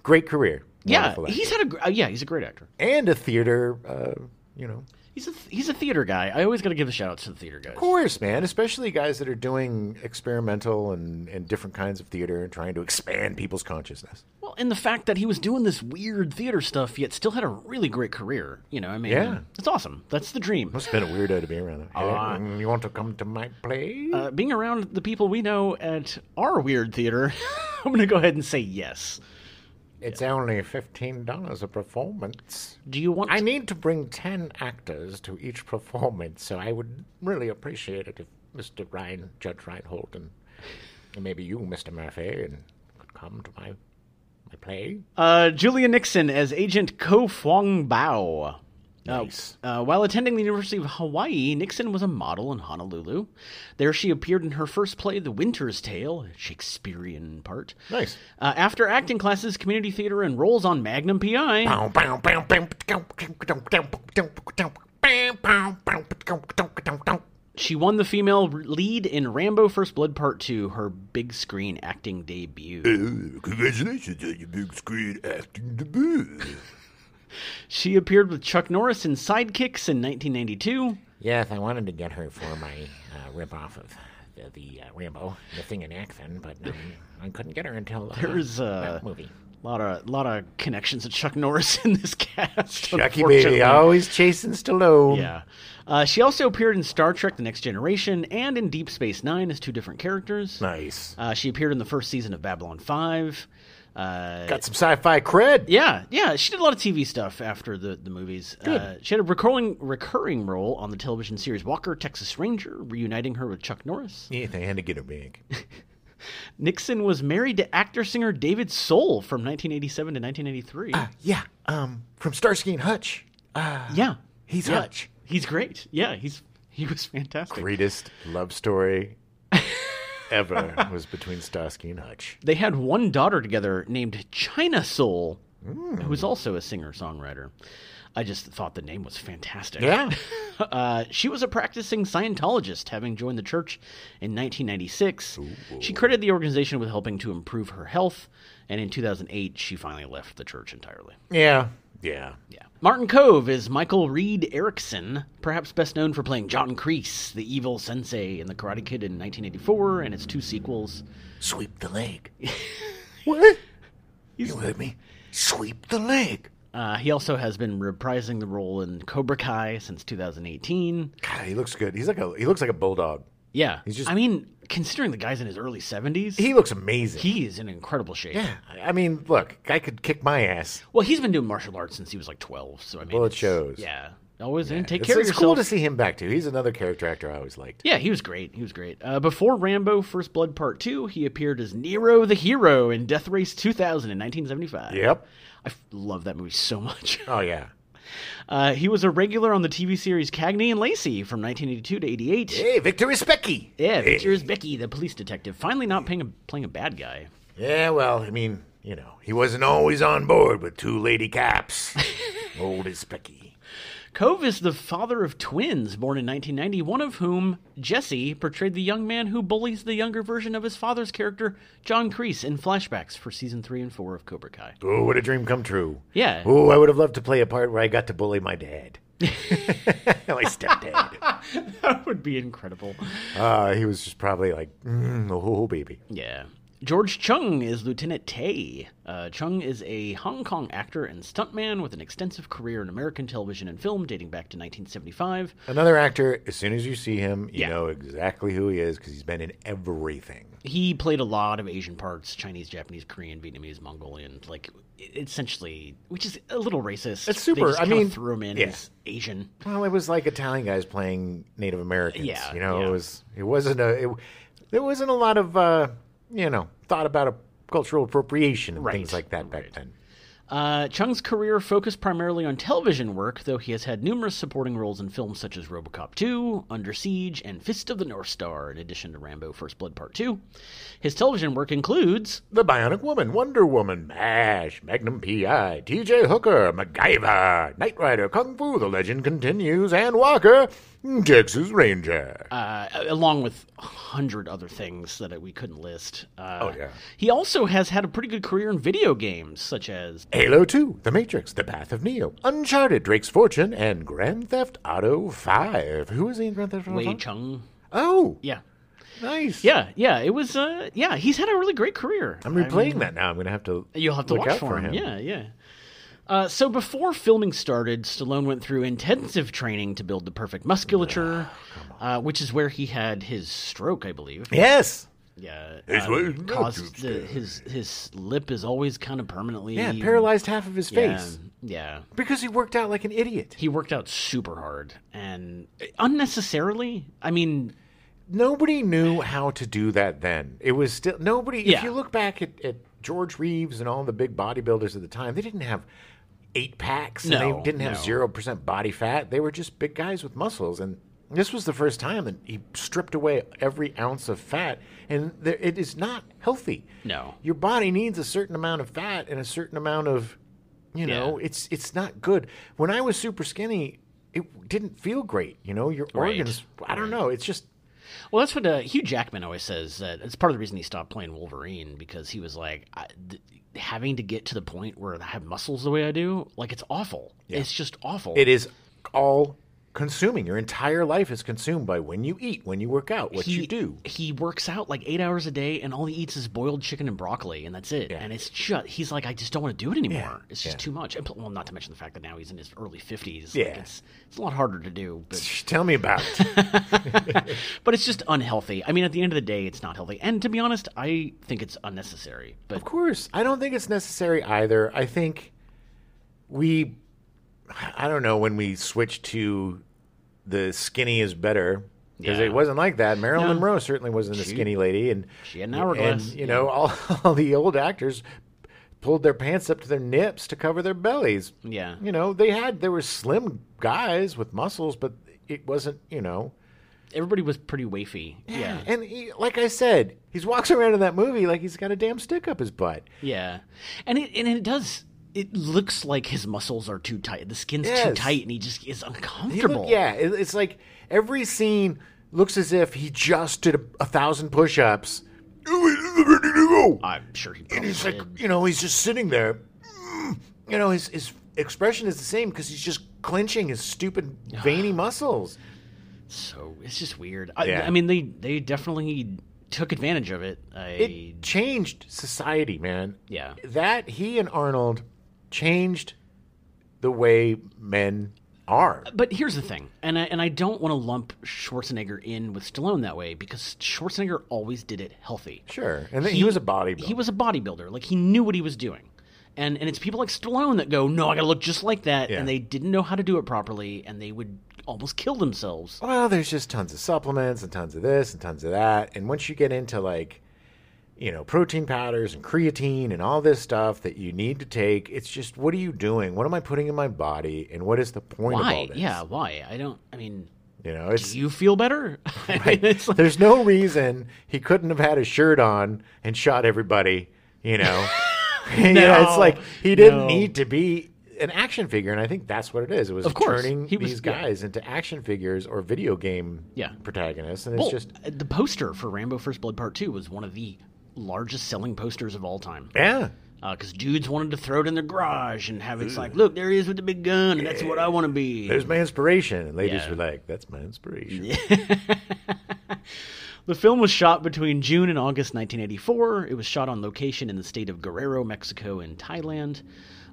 Great career.
Yeah,
Wonderful actor.
he's had a gr- uh, yeah, he's a great actor.
and a theater, uh, you know,
He's a th- he's a theater guy. I always got to give a shout out to the theater guys.
Of course, man. Especially guys that are doing experimental and, and different kinds of theater and trying to expand people's consciousness.
Well, in the fact that he was doing this weird theater stuff, yet still had a really great career. You know, I mean,
Yeah.
it's awesome. That's the dream.
Must have been a weirdo to be around. Like, "Hey, you want to come to my place?
Uh, being around the people we know at our weird theater, I'm going to go ahead and say yes.
it's only fifteen dollars a performance.
Do you want?
I need to bring ten actors to each performance, so I would really appreciate it if Mr. Ryan, Judge Reinhold, and and maybe you, Mr. Murphy, and could come to my my play.
Uh, Julia Nixon as Agent Ko Fong Bao.
Nice.
Uh, while attending the University of Hawaii, Nixon was a model in Honolulu. There she appeared in her first play, The Winter's Tale, a Shakespearean part.
Nice.
Uh, after acting classes, community theater, and roles on Magnum PI, she won the female lead in Rambo First Blood Part 2, her big screen acting debut.
Congratulations on your big screen acting debut.
She appeared with Chuck Norris in Sidekicks in 1992.
Yes, I wanted to get her for my uh, rip-off of the, the uh, Rambo, the thing in action, but um, I couldn't get her until uh,
There's a
that movie.
lot of lot of connections to Chuck Norris in this cast.
Chucky baby,
unfortunately.
uh, always chasing Stallone.
Yeah. Uh, she also appeared in Star Trek: The Next Generation and in Deep Space Nine as two different characters.
Nice.
Uh, she appeared in the first season of Babylon Five. Uh,
Got some sci-fi cred.
yeah, yeah, she did a lot of TV stuff after the the movies. Uh, she had a recurring recurring role on the television series Walker Texas Ranger, reuniting her with Chuck Norris.
Yeah, they had to get her big.
Nixon was married to actor singer David Soul from 1987 to 1983.
yeah, um, from Starsky and Hutch. Uh,
yeah,
he's
Yeah.
Hutch.
He's great. Yeah, he's he was fantastic.
Greatest love story ever was between Starsky and Hutch.
They had one daughter together named China Soul, who was also a singer songwriter. I just thought the name was fantastic.
Yeah.
Uh, she was a practicing Scientologist, having joined the church in 1996. She credited the organization with helping to improve her health, and in 2008, she finally left the church entirely.
Yeah. Yeah.
Yeah. Martin Cove is Michael Reed Erickson, perhaps best known for playing John Kreese, the evil sensei in The Karate Kid in 1984 and its two sequels.
Sweep the leg.
what?
You heard me. Sweep the leg.
Uh, he also has been reprising the role in Cobra Kai since 2018.
God, he looks good. He's like a he looks like a bulldog.
Yeah.
He's just-
I mean, considering the guy's in his early 70s, he,
He looks amazing.
is in incredible shape.
yeah. I mean, look, guy could kick my ass.
Well, he's been doing martial arts since he was like 12, so I mean.
Well, it
it's-
shows.
Yeah. Always and take
It's,
care
it's
of yourself.
cool to see him back too. He's another character actor I always liked.
Yeah, he was great. He was great. Uh, before Rambo First Blood Part 2, he appeared as Nero the Hero in Death Race 2000 in 1975.
Yep.
I f- love that movie so much.
Oh yeah.
Uh, he was a regular on the TV series Cagney and Lacey from 1982 to 88. Yeah,
Hey, Victor is Specky.
features Becky, the police detective, finally not playing a, playing a bad guy.
Yeah, well, I mean, you know, he wasn't always on board with two lady caps. Old as Specky.
Cove is the father of twins born in 1990, one of whom, Jesse, portrayed the young man who bullies the younger version of his father's character, John Kreese, in flashbacks for season 3 and 4 of Cobra Kai.
Oh, what a dream come true.
Yeah.
Oh, I would have loved to play a part where I got to bully my dad. my stepdad.
that would be incredible.
Uh, he was just probably like, mm, oh, baby.
Yeah. George Chung is Lieutenant Tay. Uh, Chung is a Hong Kong actor and stuntman with an extensive career in American television and film dating back to 1975.
Another actor, as soon as you see him, you
Yeah.
know exactly who he is because he's been in everything.
He played a lot of Asian parts Chinese, Japanese, Korean, Vietnamese, Mongolian, like i- essentially, which is a little
It's
racist. They
super-
just
I
kinda
mean,
threw him in
yeah.
as Asian.
Well, it was like Italian guys playing Native Americans.
Yeah,
you know,
yeah.
it was it wasn't a it, there wasn't a lot of uh, you know thought about a cultural appropriation and things
Right,
like that back then.
Uh, Chung's career focused primarily on television work, though he has had numerous supporting roles in films such as Robocop 2, Under Siege, and Fist of the North Star, in addition to Rambo First Blood Part 2. His television work includes.
The Bionic Woman, Wonder Woman, MASH, Magnum PI, TJ Hooker, MacGyver, Knight Rider, Kung Fu, The Legend Continues, and Walker, Texas Ranger.
Uh, along with a hundred other things that we couldn't list. Uh,
Oh, yeah.
He also has had a pretty good career in video games, such as
Halo 2, The Matrix, The Path of Neo, Uncharted, Drake's Fortune, and Grand Theft Auto 5. Who is he in Grand Theft Auto
Wei
5?
Chung.
Oh,
Yeah.
Nice.
Yeah, yeah, it was. Uh, yeah, he's had a really great career.
I'm replaying that now. I'm going to have to.
You'll have to
look
watch
out
for him. Yeah, yeah. Uh, so before filming started, Stallone went through intensive training to build the perfect musculature, uh, which is where he had his stroke, I believe.
Yes.
Yeah,
It's
uh,
what it's meant
caused
to
the, his his lip is always kind of permanently
Yeah, paralyzed half of his
Yeah,
face
yeah.
because he worked out like an idiot.
He worked out super hard and unnecessarily. I mean,
Nobody knew how to do that then. It was still nobody.
Yeah.
If you look back at, at George Reeves and all the big bodybuilders at the time, they didn't have eight packs. and
No,
they didn't have
no.
zero percent body fat. They were just big guys with muscles. And this was the first time that he stripped away every ounce of fat. And there, it is not healthy.
No.
your body needs a certain amount of fat and a certain amount of you
Yeah.
know it's it's not good when i was super skinny it didn't feel great you know your
Right.
organs i don't know it's just
well, that's what uh, Hugh Jackman always says. That it's part of the reason he stopped playing Wolverine because he was like, I, th- having to get to the point where I have muscles the way I do, like it's awful. It's just awful.
it is all consuming your entire life is consumed by when you eat when you work out what you do
He works out like eight hours a day, and all he eats is boiled chicken and broccoli, and that's it. And it's just he's like, I just don't want to do it anymore. It's just too much. And, pl- well, not to mention the fact that now he's in his early fifties.
Yeah.
like it's it's a lot harder to do. But
tell me about it
but it's just unhealthy. I mean, at the end of the day, it's not healthy. And to be honest, I think it's unnecessary. But
of course i don't think it's necessary either i think we i don't know when we switched to the skinny is better because
Yeah.
it wasn't like that marilyn monroe certainly wasn't a skinny lady and
she had an hourglass.
And you know, all, all the old actors pulled their pants up to their nips to cover their bellies.
Yeah.
You know, they had there were slim guys with muscles, but it wasn't, you know.
everybody was pretty wafy. Yeah,
And he, like I said, he's walks around in that movie like he's got a damn stick up his butt.
yeah, and it and it does. It looks like his muscles are too tight. The skin's too
Yes.
tight, and he just is
He look-
uncomfortable.
yeah, it- it's like every scene looks as if he just did a, a thousand push-ups.
I'm sure he probably
He's like,
did.
you know, he's just sitting there. Mm. You know, his his expression is the same because he's just clenching his stupid veiny muscles.
So it's just weird. I,
Yeah.
I mean, they they definitely took advantage of it. I,
It changed society, man.
Yeah.
That he and Arnold changed the way men are.
but here's the thing, and I and I don't want to lump Schwarzenegger in with Stallone that way because Schwarzenegger always did it healthy.
Sure. And then he, was a bodybuilder.
He was a bodybuilder. Like he knew what he was doing. And and it's people like Stallone that go, "No, I got to look just like that."
Yeah.
And they didn't know how to do it properly and they would almost kill themselves.
well, there's just tons of supplements and tons of this and tons of that. And once you get into like, you know, protein powders and creatine and all this stuff that you need to take, it's just what are you doing? What am I putting in my body? And what is the point of all
Why?
this?
Yeah, why? I don't I mean,
You know, it's
do you feel better? I mean,
Right.
it's like-
There's no reason he couldn't have had his shirt on and shot everybody, you know. You know,
No.
it's like he didn't
No.
need to be an action figure, and I think that's what it is. It was
Of course.
turning
He was-
these
yeah.
guys into action figures or video game
Yeah.
protagonists, and
Well,
it's just
oh, the poster for Rambo First Blood Part 2 was one of the largest selling posters of all time.
yeah,
Because dudes wanted to throw it in their garage and have it's like, look, there he is with the big gun, and that's what I want to be.
there's my inspiration, and ladies
Yeah.
were like, "That's my inspiration."
The film was shot between June and August 1984. It was shot on location in the state of Guerrero, Mexico, and Thailand.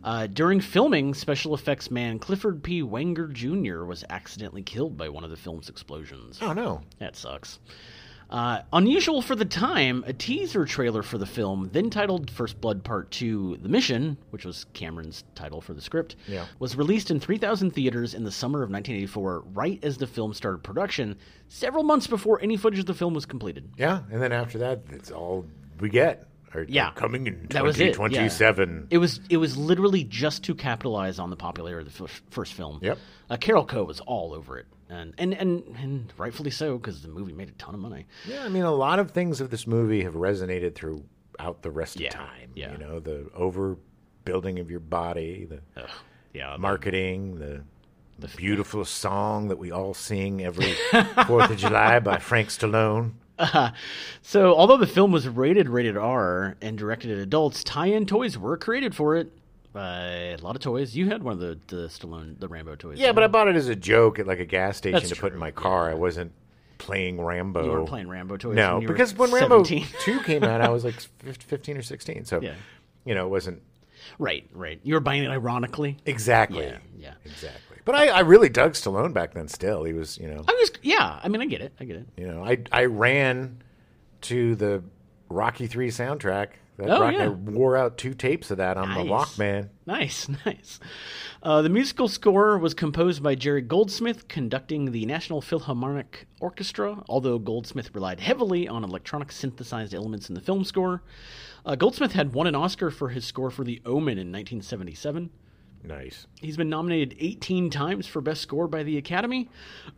Uh, during filming, special effects man Clifford P. Wenger Jr. was accidentally killed by one of the film's explosions.
Oh no,
That sucks. Uh, unusual for the time, a teaser trailer for the film, then titled First Blood Part 2 The Mission, which was Cameron's title for the script,
Yeah.
was released in 3,000 theaters in the summer of 1984, right as the film started production, several months before any footage of the film was completed.
yeah, and then after that, that's all we get. Or,
Yeah.
coming in
That was it, yeah.
2027.
It was it was literally just to capitalize on the popularity of the f- first film.
Yep.
Uh, Carol Coe was all over it, and and and, and rightfully so because the movie made a ton of money.
Yeah, I mean, a lot of things of this movie have resonated throughout the rest of
Yeah,
time.
yeah.
You know, the overbuilding of your body, the
Yeah,
marketing, the, the beautiful song that we all sing every Fourth of July by Frank Stallone.
So, although the film was rated rated R and directed at adults, tie-in toys were created for it. Uh, a lot of toys. You had one of the, the Stallone, the Rambo toys.
Yeah, but I bought it as a joke at like a gas station
That's
to put in my car. I wasn't playing Rambo.
You weren't playing Rambo toys.
Oh. No,
when you were
because when Rambo
17.
2 came out, I was like fif- 15 or 16. So,
Yeah.
you know, it wasn't
right, right. You were buying it ironically.
exactly.
Yeah, yeah.
Exactly. But I, I really dug Stallone back then still. He was, you know,
I was, yeah. I mean, I get it. I get it.
you know, I, I ran to the Rocky 3 soundtrack. That
Oh, yeah.
I wore out two tapes of that on the
Nice.
Walkman.
Nice, nice. Uh, the musical score was composed by Jerry Goldsmith, conducting the National Philharmonic Orchestra, although Goldsmith relied heavily on electronic synthesized elements in the film score. Uh, Goldsmith had won an Oscar for his score for The Omen in 1977.
Nice.
He's been nominated 18 times for Best Score by the Academy.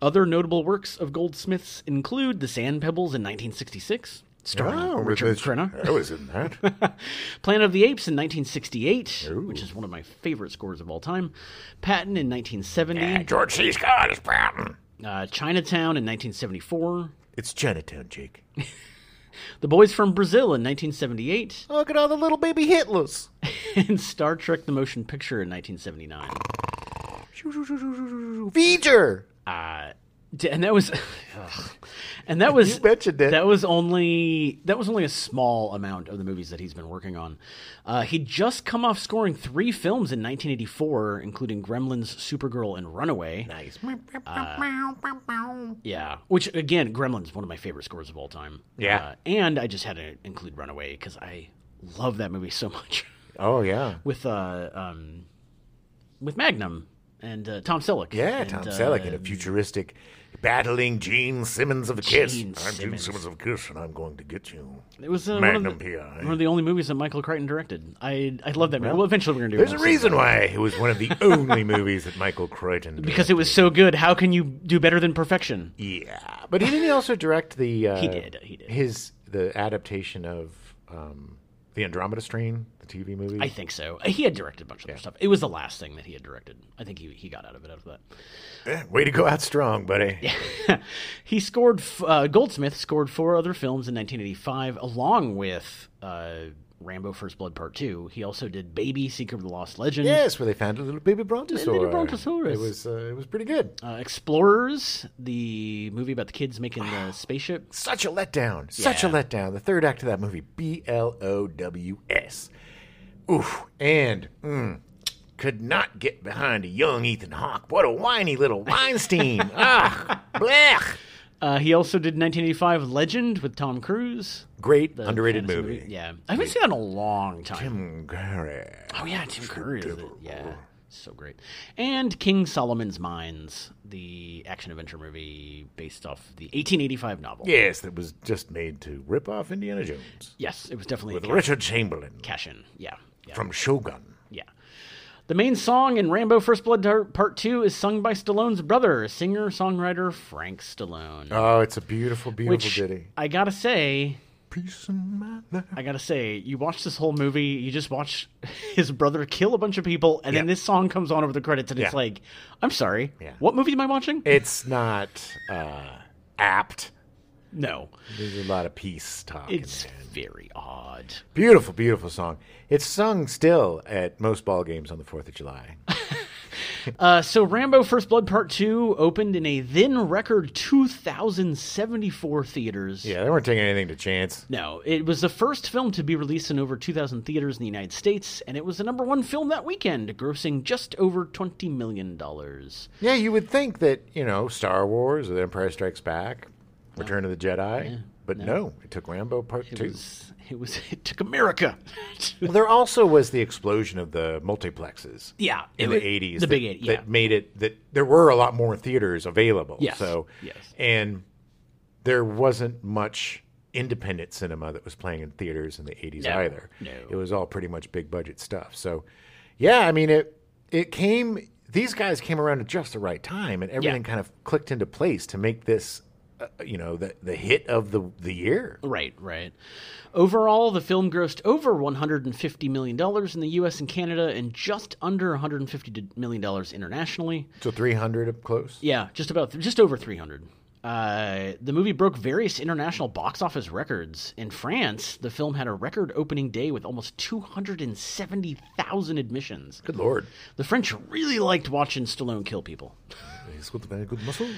Other notable works of Goldsmith's include The Sand Pebbles in 1966, starring Richard
Oh, that's-
Crenna.
I was in that.
Planet of the Apes in 1968, which is one of my favorite scores of all time. Patton in 1970.
George C. Scott is Broughton.
uh, Chinatown in 1974.
It's Chinatown, Jake.
The Boys from Brazil in 1978.
Look at all the little baby Hitlers.
And Star Trek the Motion Picture in 1979.
Feature.
Uh, d- and that was. ugh. and that was.
You betcha did.
That was only that was only a small amount of the movies that he's been working on. Uh, he'd just come off scoring three films in 1984, including Gremlins, Supergirl, and Runaway. Uh,
Nice.
Yeah, which again, Gremlins, one of my favorite scores of all time.
Yeah.
Uh, and I just had to include Runaway because I love that movie so much
Oh yeah.
with uh um with Magnum and uh, Tom Selleck.
Yeah,
and,
Tom
uh,
Selleck in a futuristic battling Gene Simmons of Kiss.
Gene
I'm Gene
Simmons.
Simmons of Kiss, and I'm going to get you.
It was uh, one,
Magnum
of the,
PI.
one of the only movies that Michael Crichton directed. I I love that movie. Well, eventually we're gonna do.
There's
an
a
episode
reason
about it.
why it was one of the only movies that Michael Crichton.
because it was so good. How can you do better than perfection?
yeah, but didn't he also direct the? Uh,
He did, he did.
His the adaptation of um, the Andromeda Strain, the TV movie.
I think so. He had directed a bunch of other stuff. It was the last thing that he had directed. I think he he got out of it after that.
Eh, Way to go out strong, buddy.
he scored f- uh, Goldsmith scored four other films in 1985, along with uh, Rambo: First Blood Part Two. He also did Baby, Secret of the Lost Legend,
Yes, where they found a little baby brontosaurus.
Little brontosaurus.
It was uh, it was pretty good.
uh, Explorers, the movie about the kids making the spaceship.
Such a letdown. Such a
Yeah.
letdown. The third act of that movie, B L O W S. Oof. And mm, could not get behind a young Ethan Hawke. What a whiny little Weinstein. ah, blech.
Uh, he also did 1985 Legend with Tom Cruise.
Great
the
underrated
fantasy
movie.
Yeah, I haven't seen that in a long time.
Jim Carrey.
oh yeah, Tim Curry. is it? Yeah. So great, and King Solomon's Mines, the action-adventure movie based off the 1885 novel.
Yes, that was just made to rip off Indiana Jones
Yes, it was definitely a
with
cash-
Richard Chamberlain
cash in. Yeah, yeah,
from Shogun.
yeah. The main song in Rambo: First Blood Tar- Part Two is sung by Stallone's brother, singer-songwriter Frank Stallone.
Oh, it's a beautiful, beautiful
which
ditty.
I gotta say,
Peace in my life.
I gotta say, you watch this whole movie, you just watch his brother kill a bunch of people, and then
Yeah.
this song comes on over the credits, and it's
Yeah.
like, I'm sorry,
Yeah.
what movie am I watching?
It's not uh, apt.
no,
There's a lot of peace talk. in
it's
there.
very odd.
Beautiful, beautiful song. It's sung still at most ball games on the Fourth of July.
Uh, so Rambo First Blood Part 2 opened in a then record 2,074 theaters.
yeah, they weren't taking anything to chance.
No, it was the first film to be released in over 2,000 theaters in the United States, and it was the number one film that weekend, grossing just over $20 million.
Yeah, you would think that you know Star Wars or The Empire Strikes Back, Return of the Jedi, but no. it took Rambo Part
It
Two.
was, it was, it took America.
Well, there also was the explosion of the multiplexes.
yeah.
in
it
the
was-
eighties,
The big eight, yeah.
that made it that there were a lot more theaters available.
Yes,
So
yes.
and there wasn't much independent cinema that was playing in theaters in the eighties
No,
either.
no.
It was all pretty much big budget stuff. So yeah, I mean it it came these guys came around at just the right time and everything kind of clicked into place to make this uh, you know the the hit of the the year.
Right, right. Overall, the film grossed over $150 million in the U.S. and Canada and just under $150 million internationally.
So 300 up close.
Yeah, just about just over 300. Uh, the movie broke various international box office records. In France, the film had a record opening day with almost 270,000 admissions.
Good lord.
The French really liked watching Stallone kill people.
He's got very good muscles.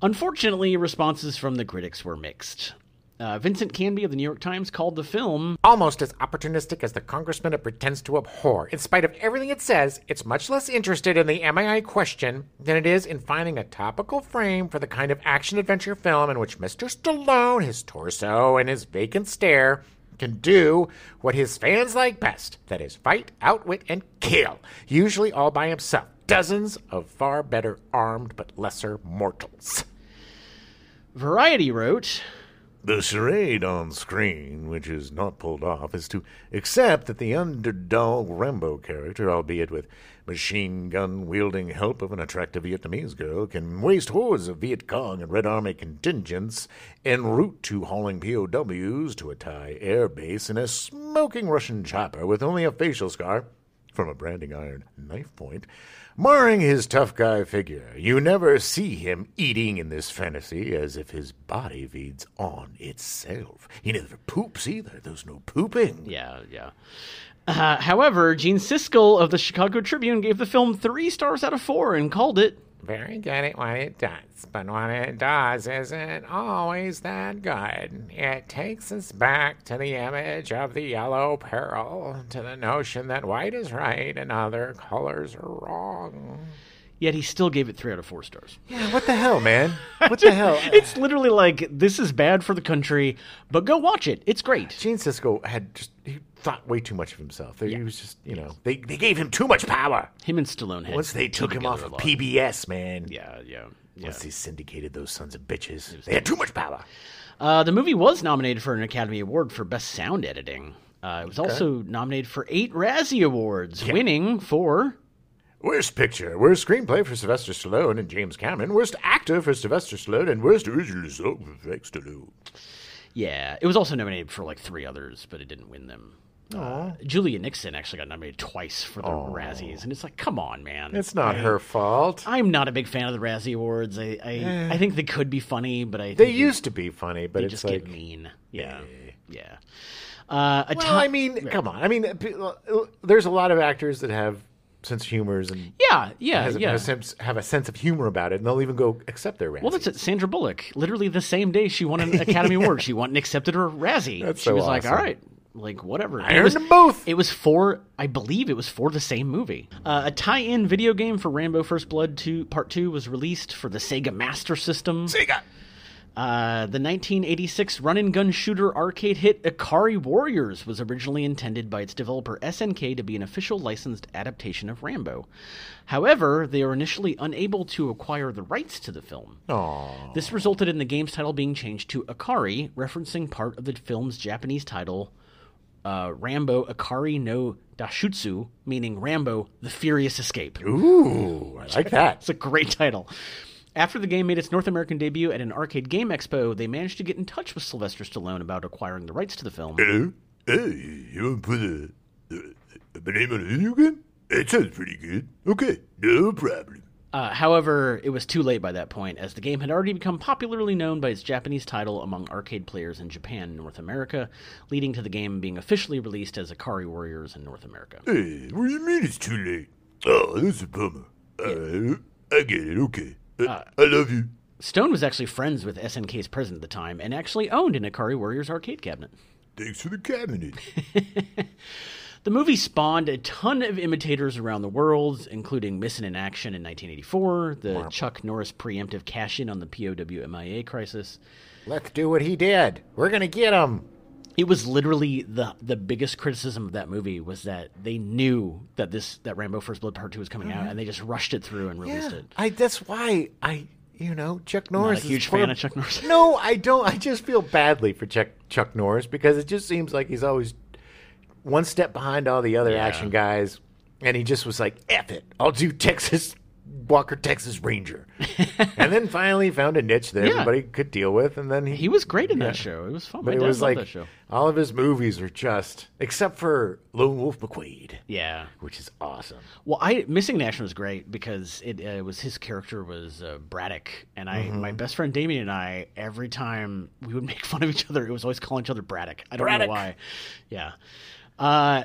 Unfortunately, responses from the critics were mixed. Uh, Vincent Canby of the New York Times called the film
Almost as opportunistic as the congressman it pretends to abhor. In spite of everything it says, it's much less interested in the MAI question than it is in finding a topical frame for the kind of action adventure film in which Mr. Stallone, his torso, and his vacant stare can do what his fans like best that is, fight, outwit, and kill, usually all by himself. Dozens of far better armed but lesser mortals.
Variety wrote,
The charade on screen, which is not pulled off, is to accept that the underdog Rambo character, albeit with machine gun wielding help of an attractive Vietnamese girl, can waste hordes of Viet Cong and Red Army contingents en route to hauling POWs to a Thai air base in a smoking Russian chopper with only a facial scar from a branding iron knife point, marring his tough guy figure. You never see him eating in this fantasy as if his body feeds on itself. He never poops either. There's no pooping.
Yeah, yeah. Uh, however, Gene Siskel of the Chicago Tribune gave the film three stars out of four and called it
Very good at what it does, but what it does isn't always that good. It takes us back to the image of the yellow peril, to the notion that white is right and other colors are wrong.
yet he still gave it three out of four stars.
Yeah, what the hell, man? What the hell?
It's literally like this is bad for the country, but go watch it. It's great.
Gene Siskel had just he thought way too much of himself. He was just you know they, they gave him too much power
Him and Stallone had
once they took him
together
off
a
of
lot.
PBS, man.
Yeah, yeah, yeah.
Once they syndicated those sons of bitches, they had too much power.
Uh, the movie was nominated for an Academy Award for Best Sound Editing. Uh, it was also nominated for eight Razzie Awards, winning for
Worst picture, worst screenplay for Sylvester Stallone and James Cameron, worst actor for Sylvester Stallone, and worst original result for Frank Stallone.
yeah. It was also nominated for like three others, but it didn't win them. Uh, Julia Nixon actually got nominated twice for the Razzies, and it's like, come on, man.
It's not her fault.
Uh,
I'm not a big fan of the Razzie Awards. I I, I think they could be funny, but I
Eh. They
think
used to be funny, but
they
it's
just
like
get mean. Yeah, yeah. Uh, a
well,
ti-
I mean, come on. I mean, uh, pe- uh, there's a lot of actors that have sense of humors and
yeah, yeah,
has a-
yeah.
have, a sense, have a sense of humor about it, and they'll even go accept their Razzie.
Well, that's it. Sandra Bullock. Literally the same day she won an Academy Award, she won and accepted her Razzie.
That's
she
so
was like,
awesome.
"All right, like whatever."
I
it
earned
was,
them both.
It was for, I believe, it was for the same movie. Uh, a tie-in video game for Rambo: First Blood Two Part Two was released for the Sega Master System.
Sega.
Uh, the 1986 run and gun shooter arcade hit Akari Warriors was originally intended by its developer SNK to be an official licensed adaptation of Rambo. However, they were initially unable to acquire the rights to the film. This resulted in the game's title being changed to Akari, referencing part of the film's Japanese title, uh, Rambo Akari no Dashutsu, meaning Rambo the Furious Escape.
Ooh, I like that.
It's a great title. After the game made its North American debut at an arcade game expo, they managed to get in touch with Sylvester Stallone about acquiring the rights to the film.
Hello? Hey, Uh, you want to put a, a, a name on a video game? That sounds pretty good. Okay, no problem.
Uh, however, it was too late by that point, as the game had already become popularly known by its Japanese title among arcade players in Japan and North America, leading to the game being officially released as Akari Warriors in North America.
Hey, Uh, what do you mean it's too late? Oh, that's a bummer. Uh, I get it, okay. Uh, I love you.
Stone was actually friends with SNK's president at the time and actually owned an Akari Warriors arcade cabinet.
Thanks for the cabinet.
The movie spawned a ton of imitators around the world, including Missing in Action in 1984, the Chuck Norris preemptive cash in on the POW MIA crisis.
Let's do what he did. We're gonna get him.
It was literally the the biggest criticism of that movie was that they knew that this that Rambo First Blood Part 2 was coming
Uh-huh.
out and they just rushed it through and released it.
I. That's why I. You know, Chuck Norris.
Not a huge
is
fan
for-
of Chuck Norris.
No, I don't. I just feel badly for Chuck Chuck Norris because it just seems like he's always one step behind all the other action guys, and he just was like, "F it, I'll do Texas Walker, Texas Ranger," and then finally found a niche that everybody could deal with, and then he,
He was great in that show. It was fun.
but
My
it
dad
was
loved
like
that show.
all of his movies are just except for Lone Wolf McQuade,
Yeah.
which is awesome.
Well, I Missing Nash was great because it uh, was his character was uh, Braddock, and I
Mm-hmm.
my best friend Damien and I every time we would make fun of each other, it was always calling each other Braddock. I don't
Braddock.
know why. Yeah. Uh,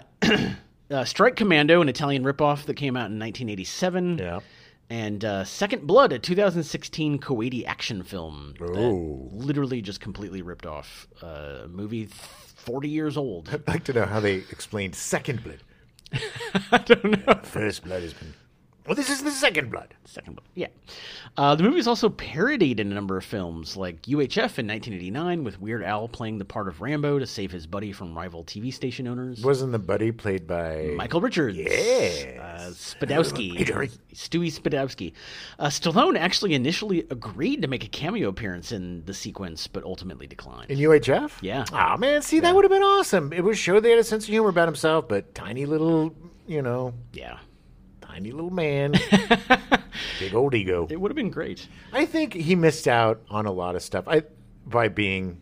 uh, Strike Commando, an Italian ripoff that came out in 1987.
Yeah.
and uh, Second Blood, a 2016 Kuwaiti action film that
Oh.
literally just completely ripped off uh, a movie 40 years old.
I'd like to know how they explained second blood.
I don't know.
First blood has been. Well, this is the second blood.
Second book, yeah. Uh, the movie was also parodied in a number of films, like UHF in 1989, with Weird Al playing the part of Rambo to save his buddy from rival TV station owners.
Wasn't the buddy played by?
Michael Richards,
Yes.
uh,
Hey, Jerry.
Spadowski, Stewie Spadowski. Uh, Stallone actually initially agreed to make a cameo appearance in the sequence, but ultimately declined.
in UHF?
Yeah.
Oh man, see that would have been awesome. It would show they had a sense of humor about himself, but tiny little, you know,
yeah,
tiny little man, big old ego.
it would have been great.
I think he missed out on a lot of stuff. I by being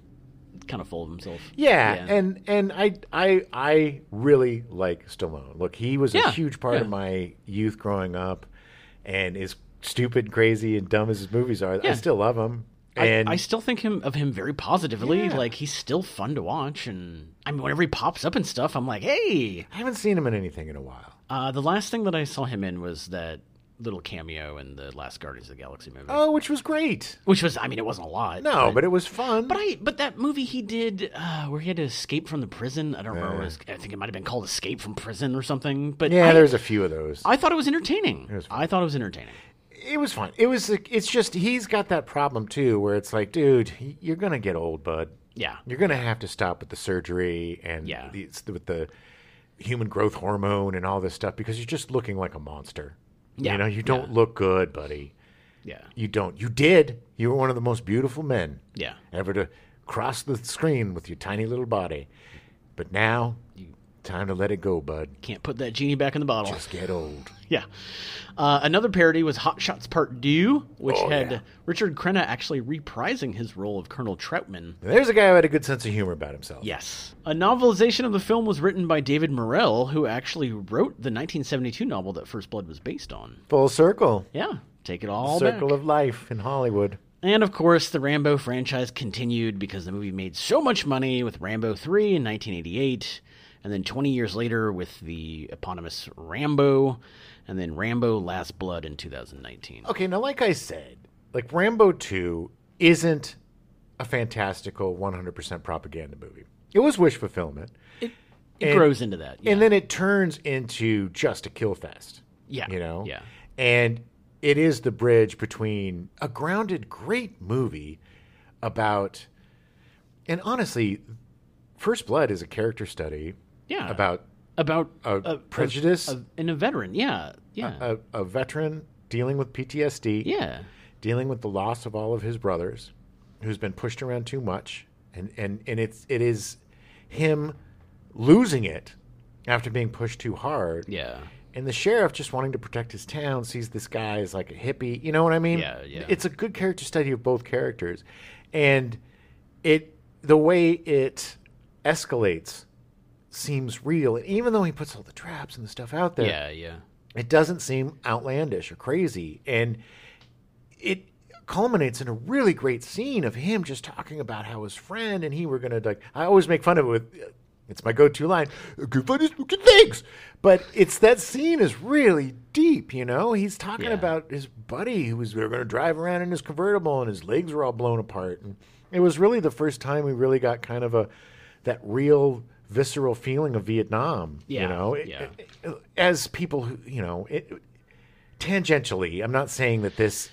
Kind of full of himself.
yeah,
Yeah.
and and I I I really like Stallone. Look, he was
Yeah,
a huge part
yeah.
of my youth growing up, and as stupid, crazy, and dumb as his movies are,
Yeah.
I still love him.
I-
And
I, still think him of him very positively. Like he's still fun to watch, and I mean, whenever he pops up and stuff, I'm like, hey.
I haven't seen him in anything in a while.
Uh, the last thing that I saw him in was that little cameo in the last Guardians of the Galaxy movie,
Oh, which was great.
which was, I mean, it wasn't a lot.
No, but, it was fun.
But I, but that movie he did uh, where he had to escape from the prison. I don't remember. What it was, I think it might have been called "Escape from Prison" or something. But
yeah,
I,
there's a few of those.
I thought it was entertaining. I thought it was entertaining.
it was fun. It was. like- It's just he's got that problem too, where it's like, dude, y- you're gonna get old, bud.
Yeah.
You're gonna have to stop with the surgery and
Yeah.
the, it's the- with the human growth hormone and all this stuff because you're just looking like a monster.
Yeah.
You know, you don't look good, buddy.
Yeah,
You don't. You did. You were one of the most beautiful men
yeah.
ever to cross the screen with your tiny little body, but now, time to let it go, bud.
Can't put that genie back in the bottle.
Just get old.
Yeah. Uh, another parody was Hot Shots Part Due, which
Oh,
had Richard Crenna actually reprising his role of Colonel Troutman.
There's a guy who had a good sense of humor about himself.
Yes. A novelization of the film was written by David Morrell, who actually wrote the 1972 novel that First Blood was based on.
Full circle.
Yeah, take it all
circle
back.
of life in Hollywood.
and of course, the Rambo franchise continued because the movie made so much money with Rambo 3 in 1988, and then 20 years later with the eponymous Rambo, and then Rambo Last Blood in 2019.
Okay, now like I said, like Rambo 2 isn't a fantastical 100% propaganda movie. It was wish fulfillment,
it
and-
grows into that. Yeah.
and then it turns into just a kill fest.
Yeah,
You know?
yeah.
And it is the bridge between a grounded great movie about and honestly, First Blood is a character study
Yeah.
about
about
a
Uh, a-
prejudice, Uh,
a- and a veteran. Yeah, yeah,
a, a veteran dealing with PTSD.
yeah,
dealing with the loss of all of his brothers, who's been pushed around too much, and and and it's it is him losing it after being pushed too hard.
yeah.
And the sheriff, just wanting to protect his town, sees this guy as like a hippie. You know what I mean?
Yeah, yeah.
It's a good character study of both characters, and it the way it escalates seems real. And even though he puts all the traps and the stuff out there,
Yeah, yeah.
it doesn't seem outlandish or crazy and it culminates in a really great scene of him just talking about how his friend and he were going to like i always make fun of it with uh, it's my go-to line good funny spooky things but it's that scene is really deep you know he's talking
Yeah.
about his buddy who was they were going to drive around in his convertible and his legs were all blown apart and it was really the first time we really got kind of a that real visceral feeling of vietnam
Yeah,
you know It-
yeah.
as people who you know it, tangentially i'm not saying that this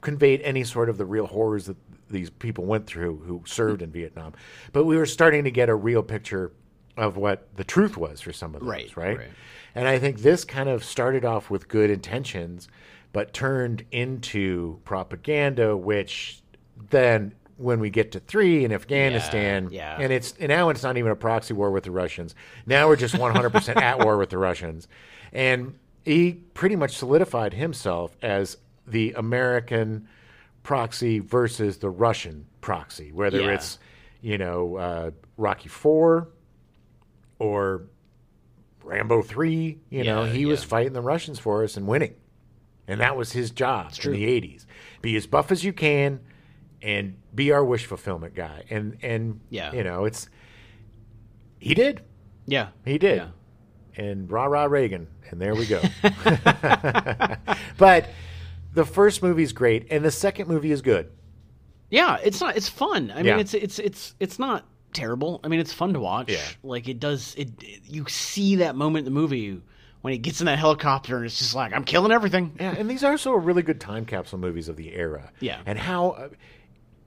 conveyed any sort of the real horrors that these people went through who served in vietnam but we were starting to get a real picture of what the truth was for some of those
Right,
right,
right.
and i think this kind of started off with good intentions but turned into propaganda which then when we get to three in afghanistan
yeah.
and it's and now it's not even a proxy war with the Russians. Now we're just 100% at war with the Russians. And he pretty much solidified himself as the American proxy versus the Russian proxy, whether
Yeah.
it's, you know, uh, Rocky 4 or Rambo 3, you know,
Yeah,
he was fighting the Russians for us and winning. And that was his job in the 80s. Be as buff as you can and be our wish fulfillment guy. And and
Yeah.
you know, it's he did.
Yeah.
He did.
Yeah.
And rah rah Reagan, and there we go. but the first movie's great, and the second movie is good.
Yeah, it's not. It's fun. I mean,
Yeah.
it's it's it's it's not terrible. I mean, it's fun to watch.
Yeah.
Like it does. It, it- you see that moment in the movie when he gets in that helicopter and it's just like I'm killing everything.
Yeah, and these are also really good time capsule movies of the era.
Yeah.
and how uh,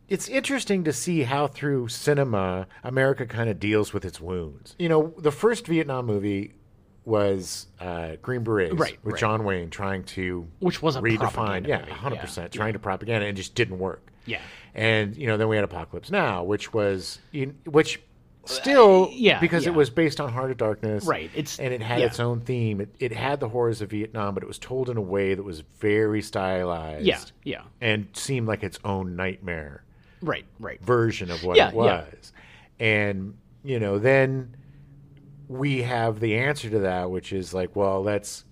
it's interesting to see how through cinema America kind of deals with its wounds. You know, the first Vietnam movie was uh, Green Berets
Right,
with
right.
John Wayne trying to
Which was a
redefine,
propaganda
yeah,
movie,
hundred
yeah.
percent trying to propaganda and it just didn't work.
Yeah.
and you know then we had Apocalypse Now, which was you which. Still,
Uh, yeah,
because it
yeah.
was based on Heart of Darkness,
Right, it's-
and it had
yeah.
its own theme. It, it had the horrors of Vietnam, but it was told in a way that was very stylized.
Yeah, yeah.
And seemed like its own nightmare
Right. Right.
version of what
Yeah,
it
yeah.
was. And, you know, then we have the answer to that, which is like, well, let's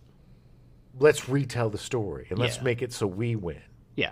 let's retell the story and let's
Yeah.
make it so we win.
Yeah.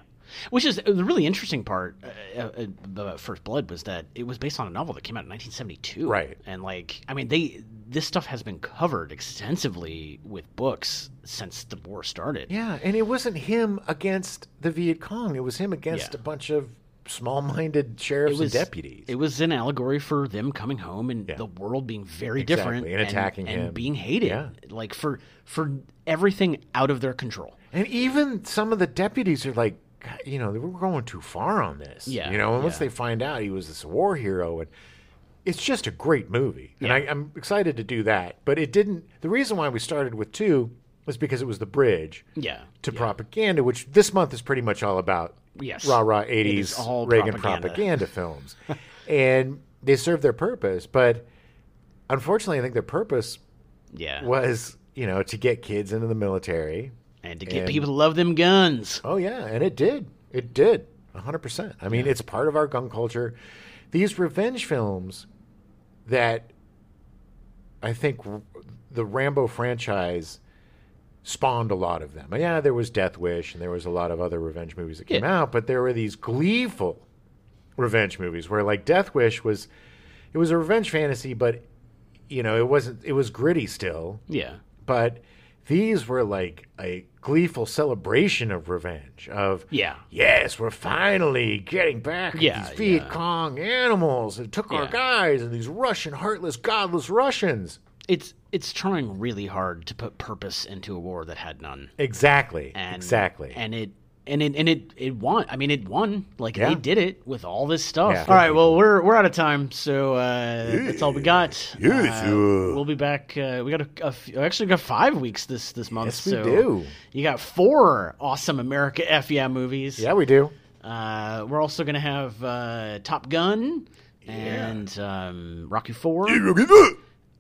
Which is uh, the really interesting part uh, uh, about First Blood was that it was based on a novel that came out in 1972.
Right.
And like, I mean, they this stuff has been covered extensively with books since the war started.
Yeah, and it wasn't him against the Viet Cong. It was him against
Yeah.
a bunch of small-minded sheriffs and deputies.
It was an allegory for them coming home and
Yeah.
the world being very
Exactly,
different
and attacking
and
him.
being hated,
Yeah.
like for for everything out of their control.
And even some of the deputies are like, "God, you know, we're going too far on this.
Yeah,
You know, unless
yeah.
they find out he was this war hero, and it's just a great movie. And I, I'm excited to do that. But it didn't. The reason why we started with two was because it was the bridge
Yeah.
to propaganda, which this month is pretty much all about
Yes.
rah rah
is
eighties
all
Reagan
propaganda.
propaganda, films, and they served their purpose. But unfortunately, I think their purpose
Yeah.
was you know to get kids into the military
and to get
and-
people to love them guns.
Oh yeah, and it did. It did. 100%. I mean, it's part of our gun culture. These revenge films that I think r- the Rambo franchise spawned a lot of them. Yeah, there was Death Wish and there was a lot of other revenge movies that came
Yeah.
out, but there were these gleeful revenge movies where like Death Wish was it was a revenge fantasy, but you know, it wasn't it was gritty still
Yeah.
but these were like a gleeful celebration of revenge of
Yeah.
yes we're finally getting back at
Yeah,
these viet
yeah.
cong animals that took our
Yeah.
guys and these russian heartless godless russians
it's it's trying really hard to put purpose into a war that had none.
exactly
And,
exactly
And it and it and it it won. I mean, it won. Like
Yeah.
they did it with all this stuff.
Yeah.
All right. Well, we're we're out of time, so uh, that's all we got.
Yes,
Uh,
uh,
we'll be back. Uh, we got a, a few, actually got five weeks this this month.
Yes, we
so
do.
You got four awesome America F yeah movies.
yeah we do
Uh, we're also gonna have uh, Top Gun and um, Rocky Four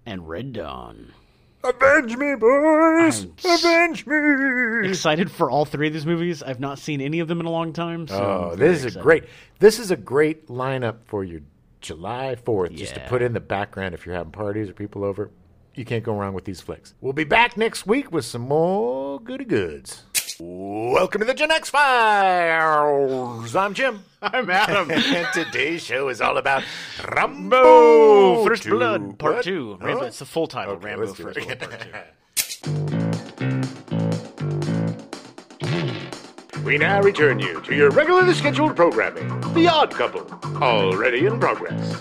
and Red Dawn.
Avenge me, boys!
I'm
Avenge me!
excited for all three of these movies. I've not seen any of them in a long time. So
oh
I'm very
this is a
excited.
great this is a great lineup for your july 4th just to
Yeah.
put in the background if you're having parties or people over you can't go wrong with these flicks we'll be back next week with some more goody goods
Welcome to the Gen X Files!
i'm jim
I'm Adam.
and today's show is all about
Rambo
Rambo
First
two.
Blood Part
What?
Two. Rambo.
Huh?
It's the full title.
Okay,
Rambo
let's do
First
it.
Blood Part Two.
We now return you to your regularly scheduled programming. The Odd Couple, already in progress.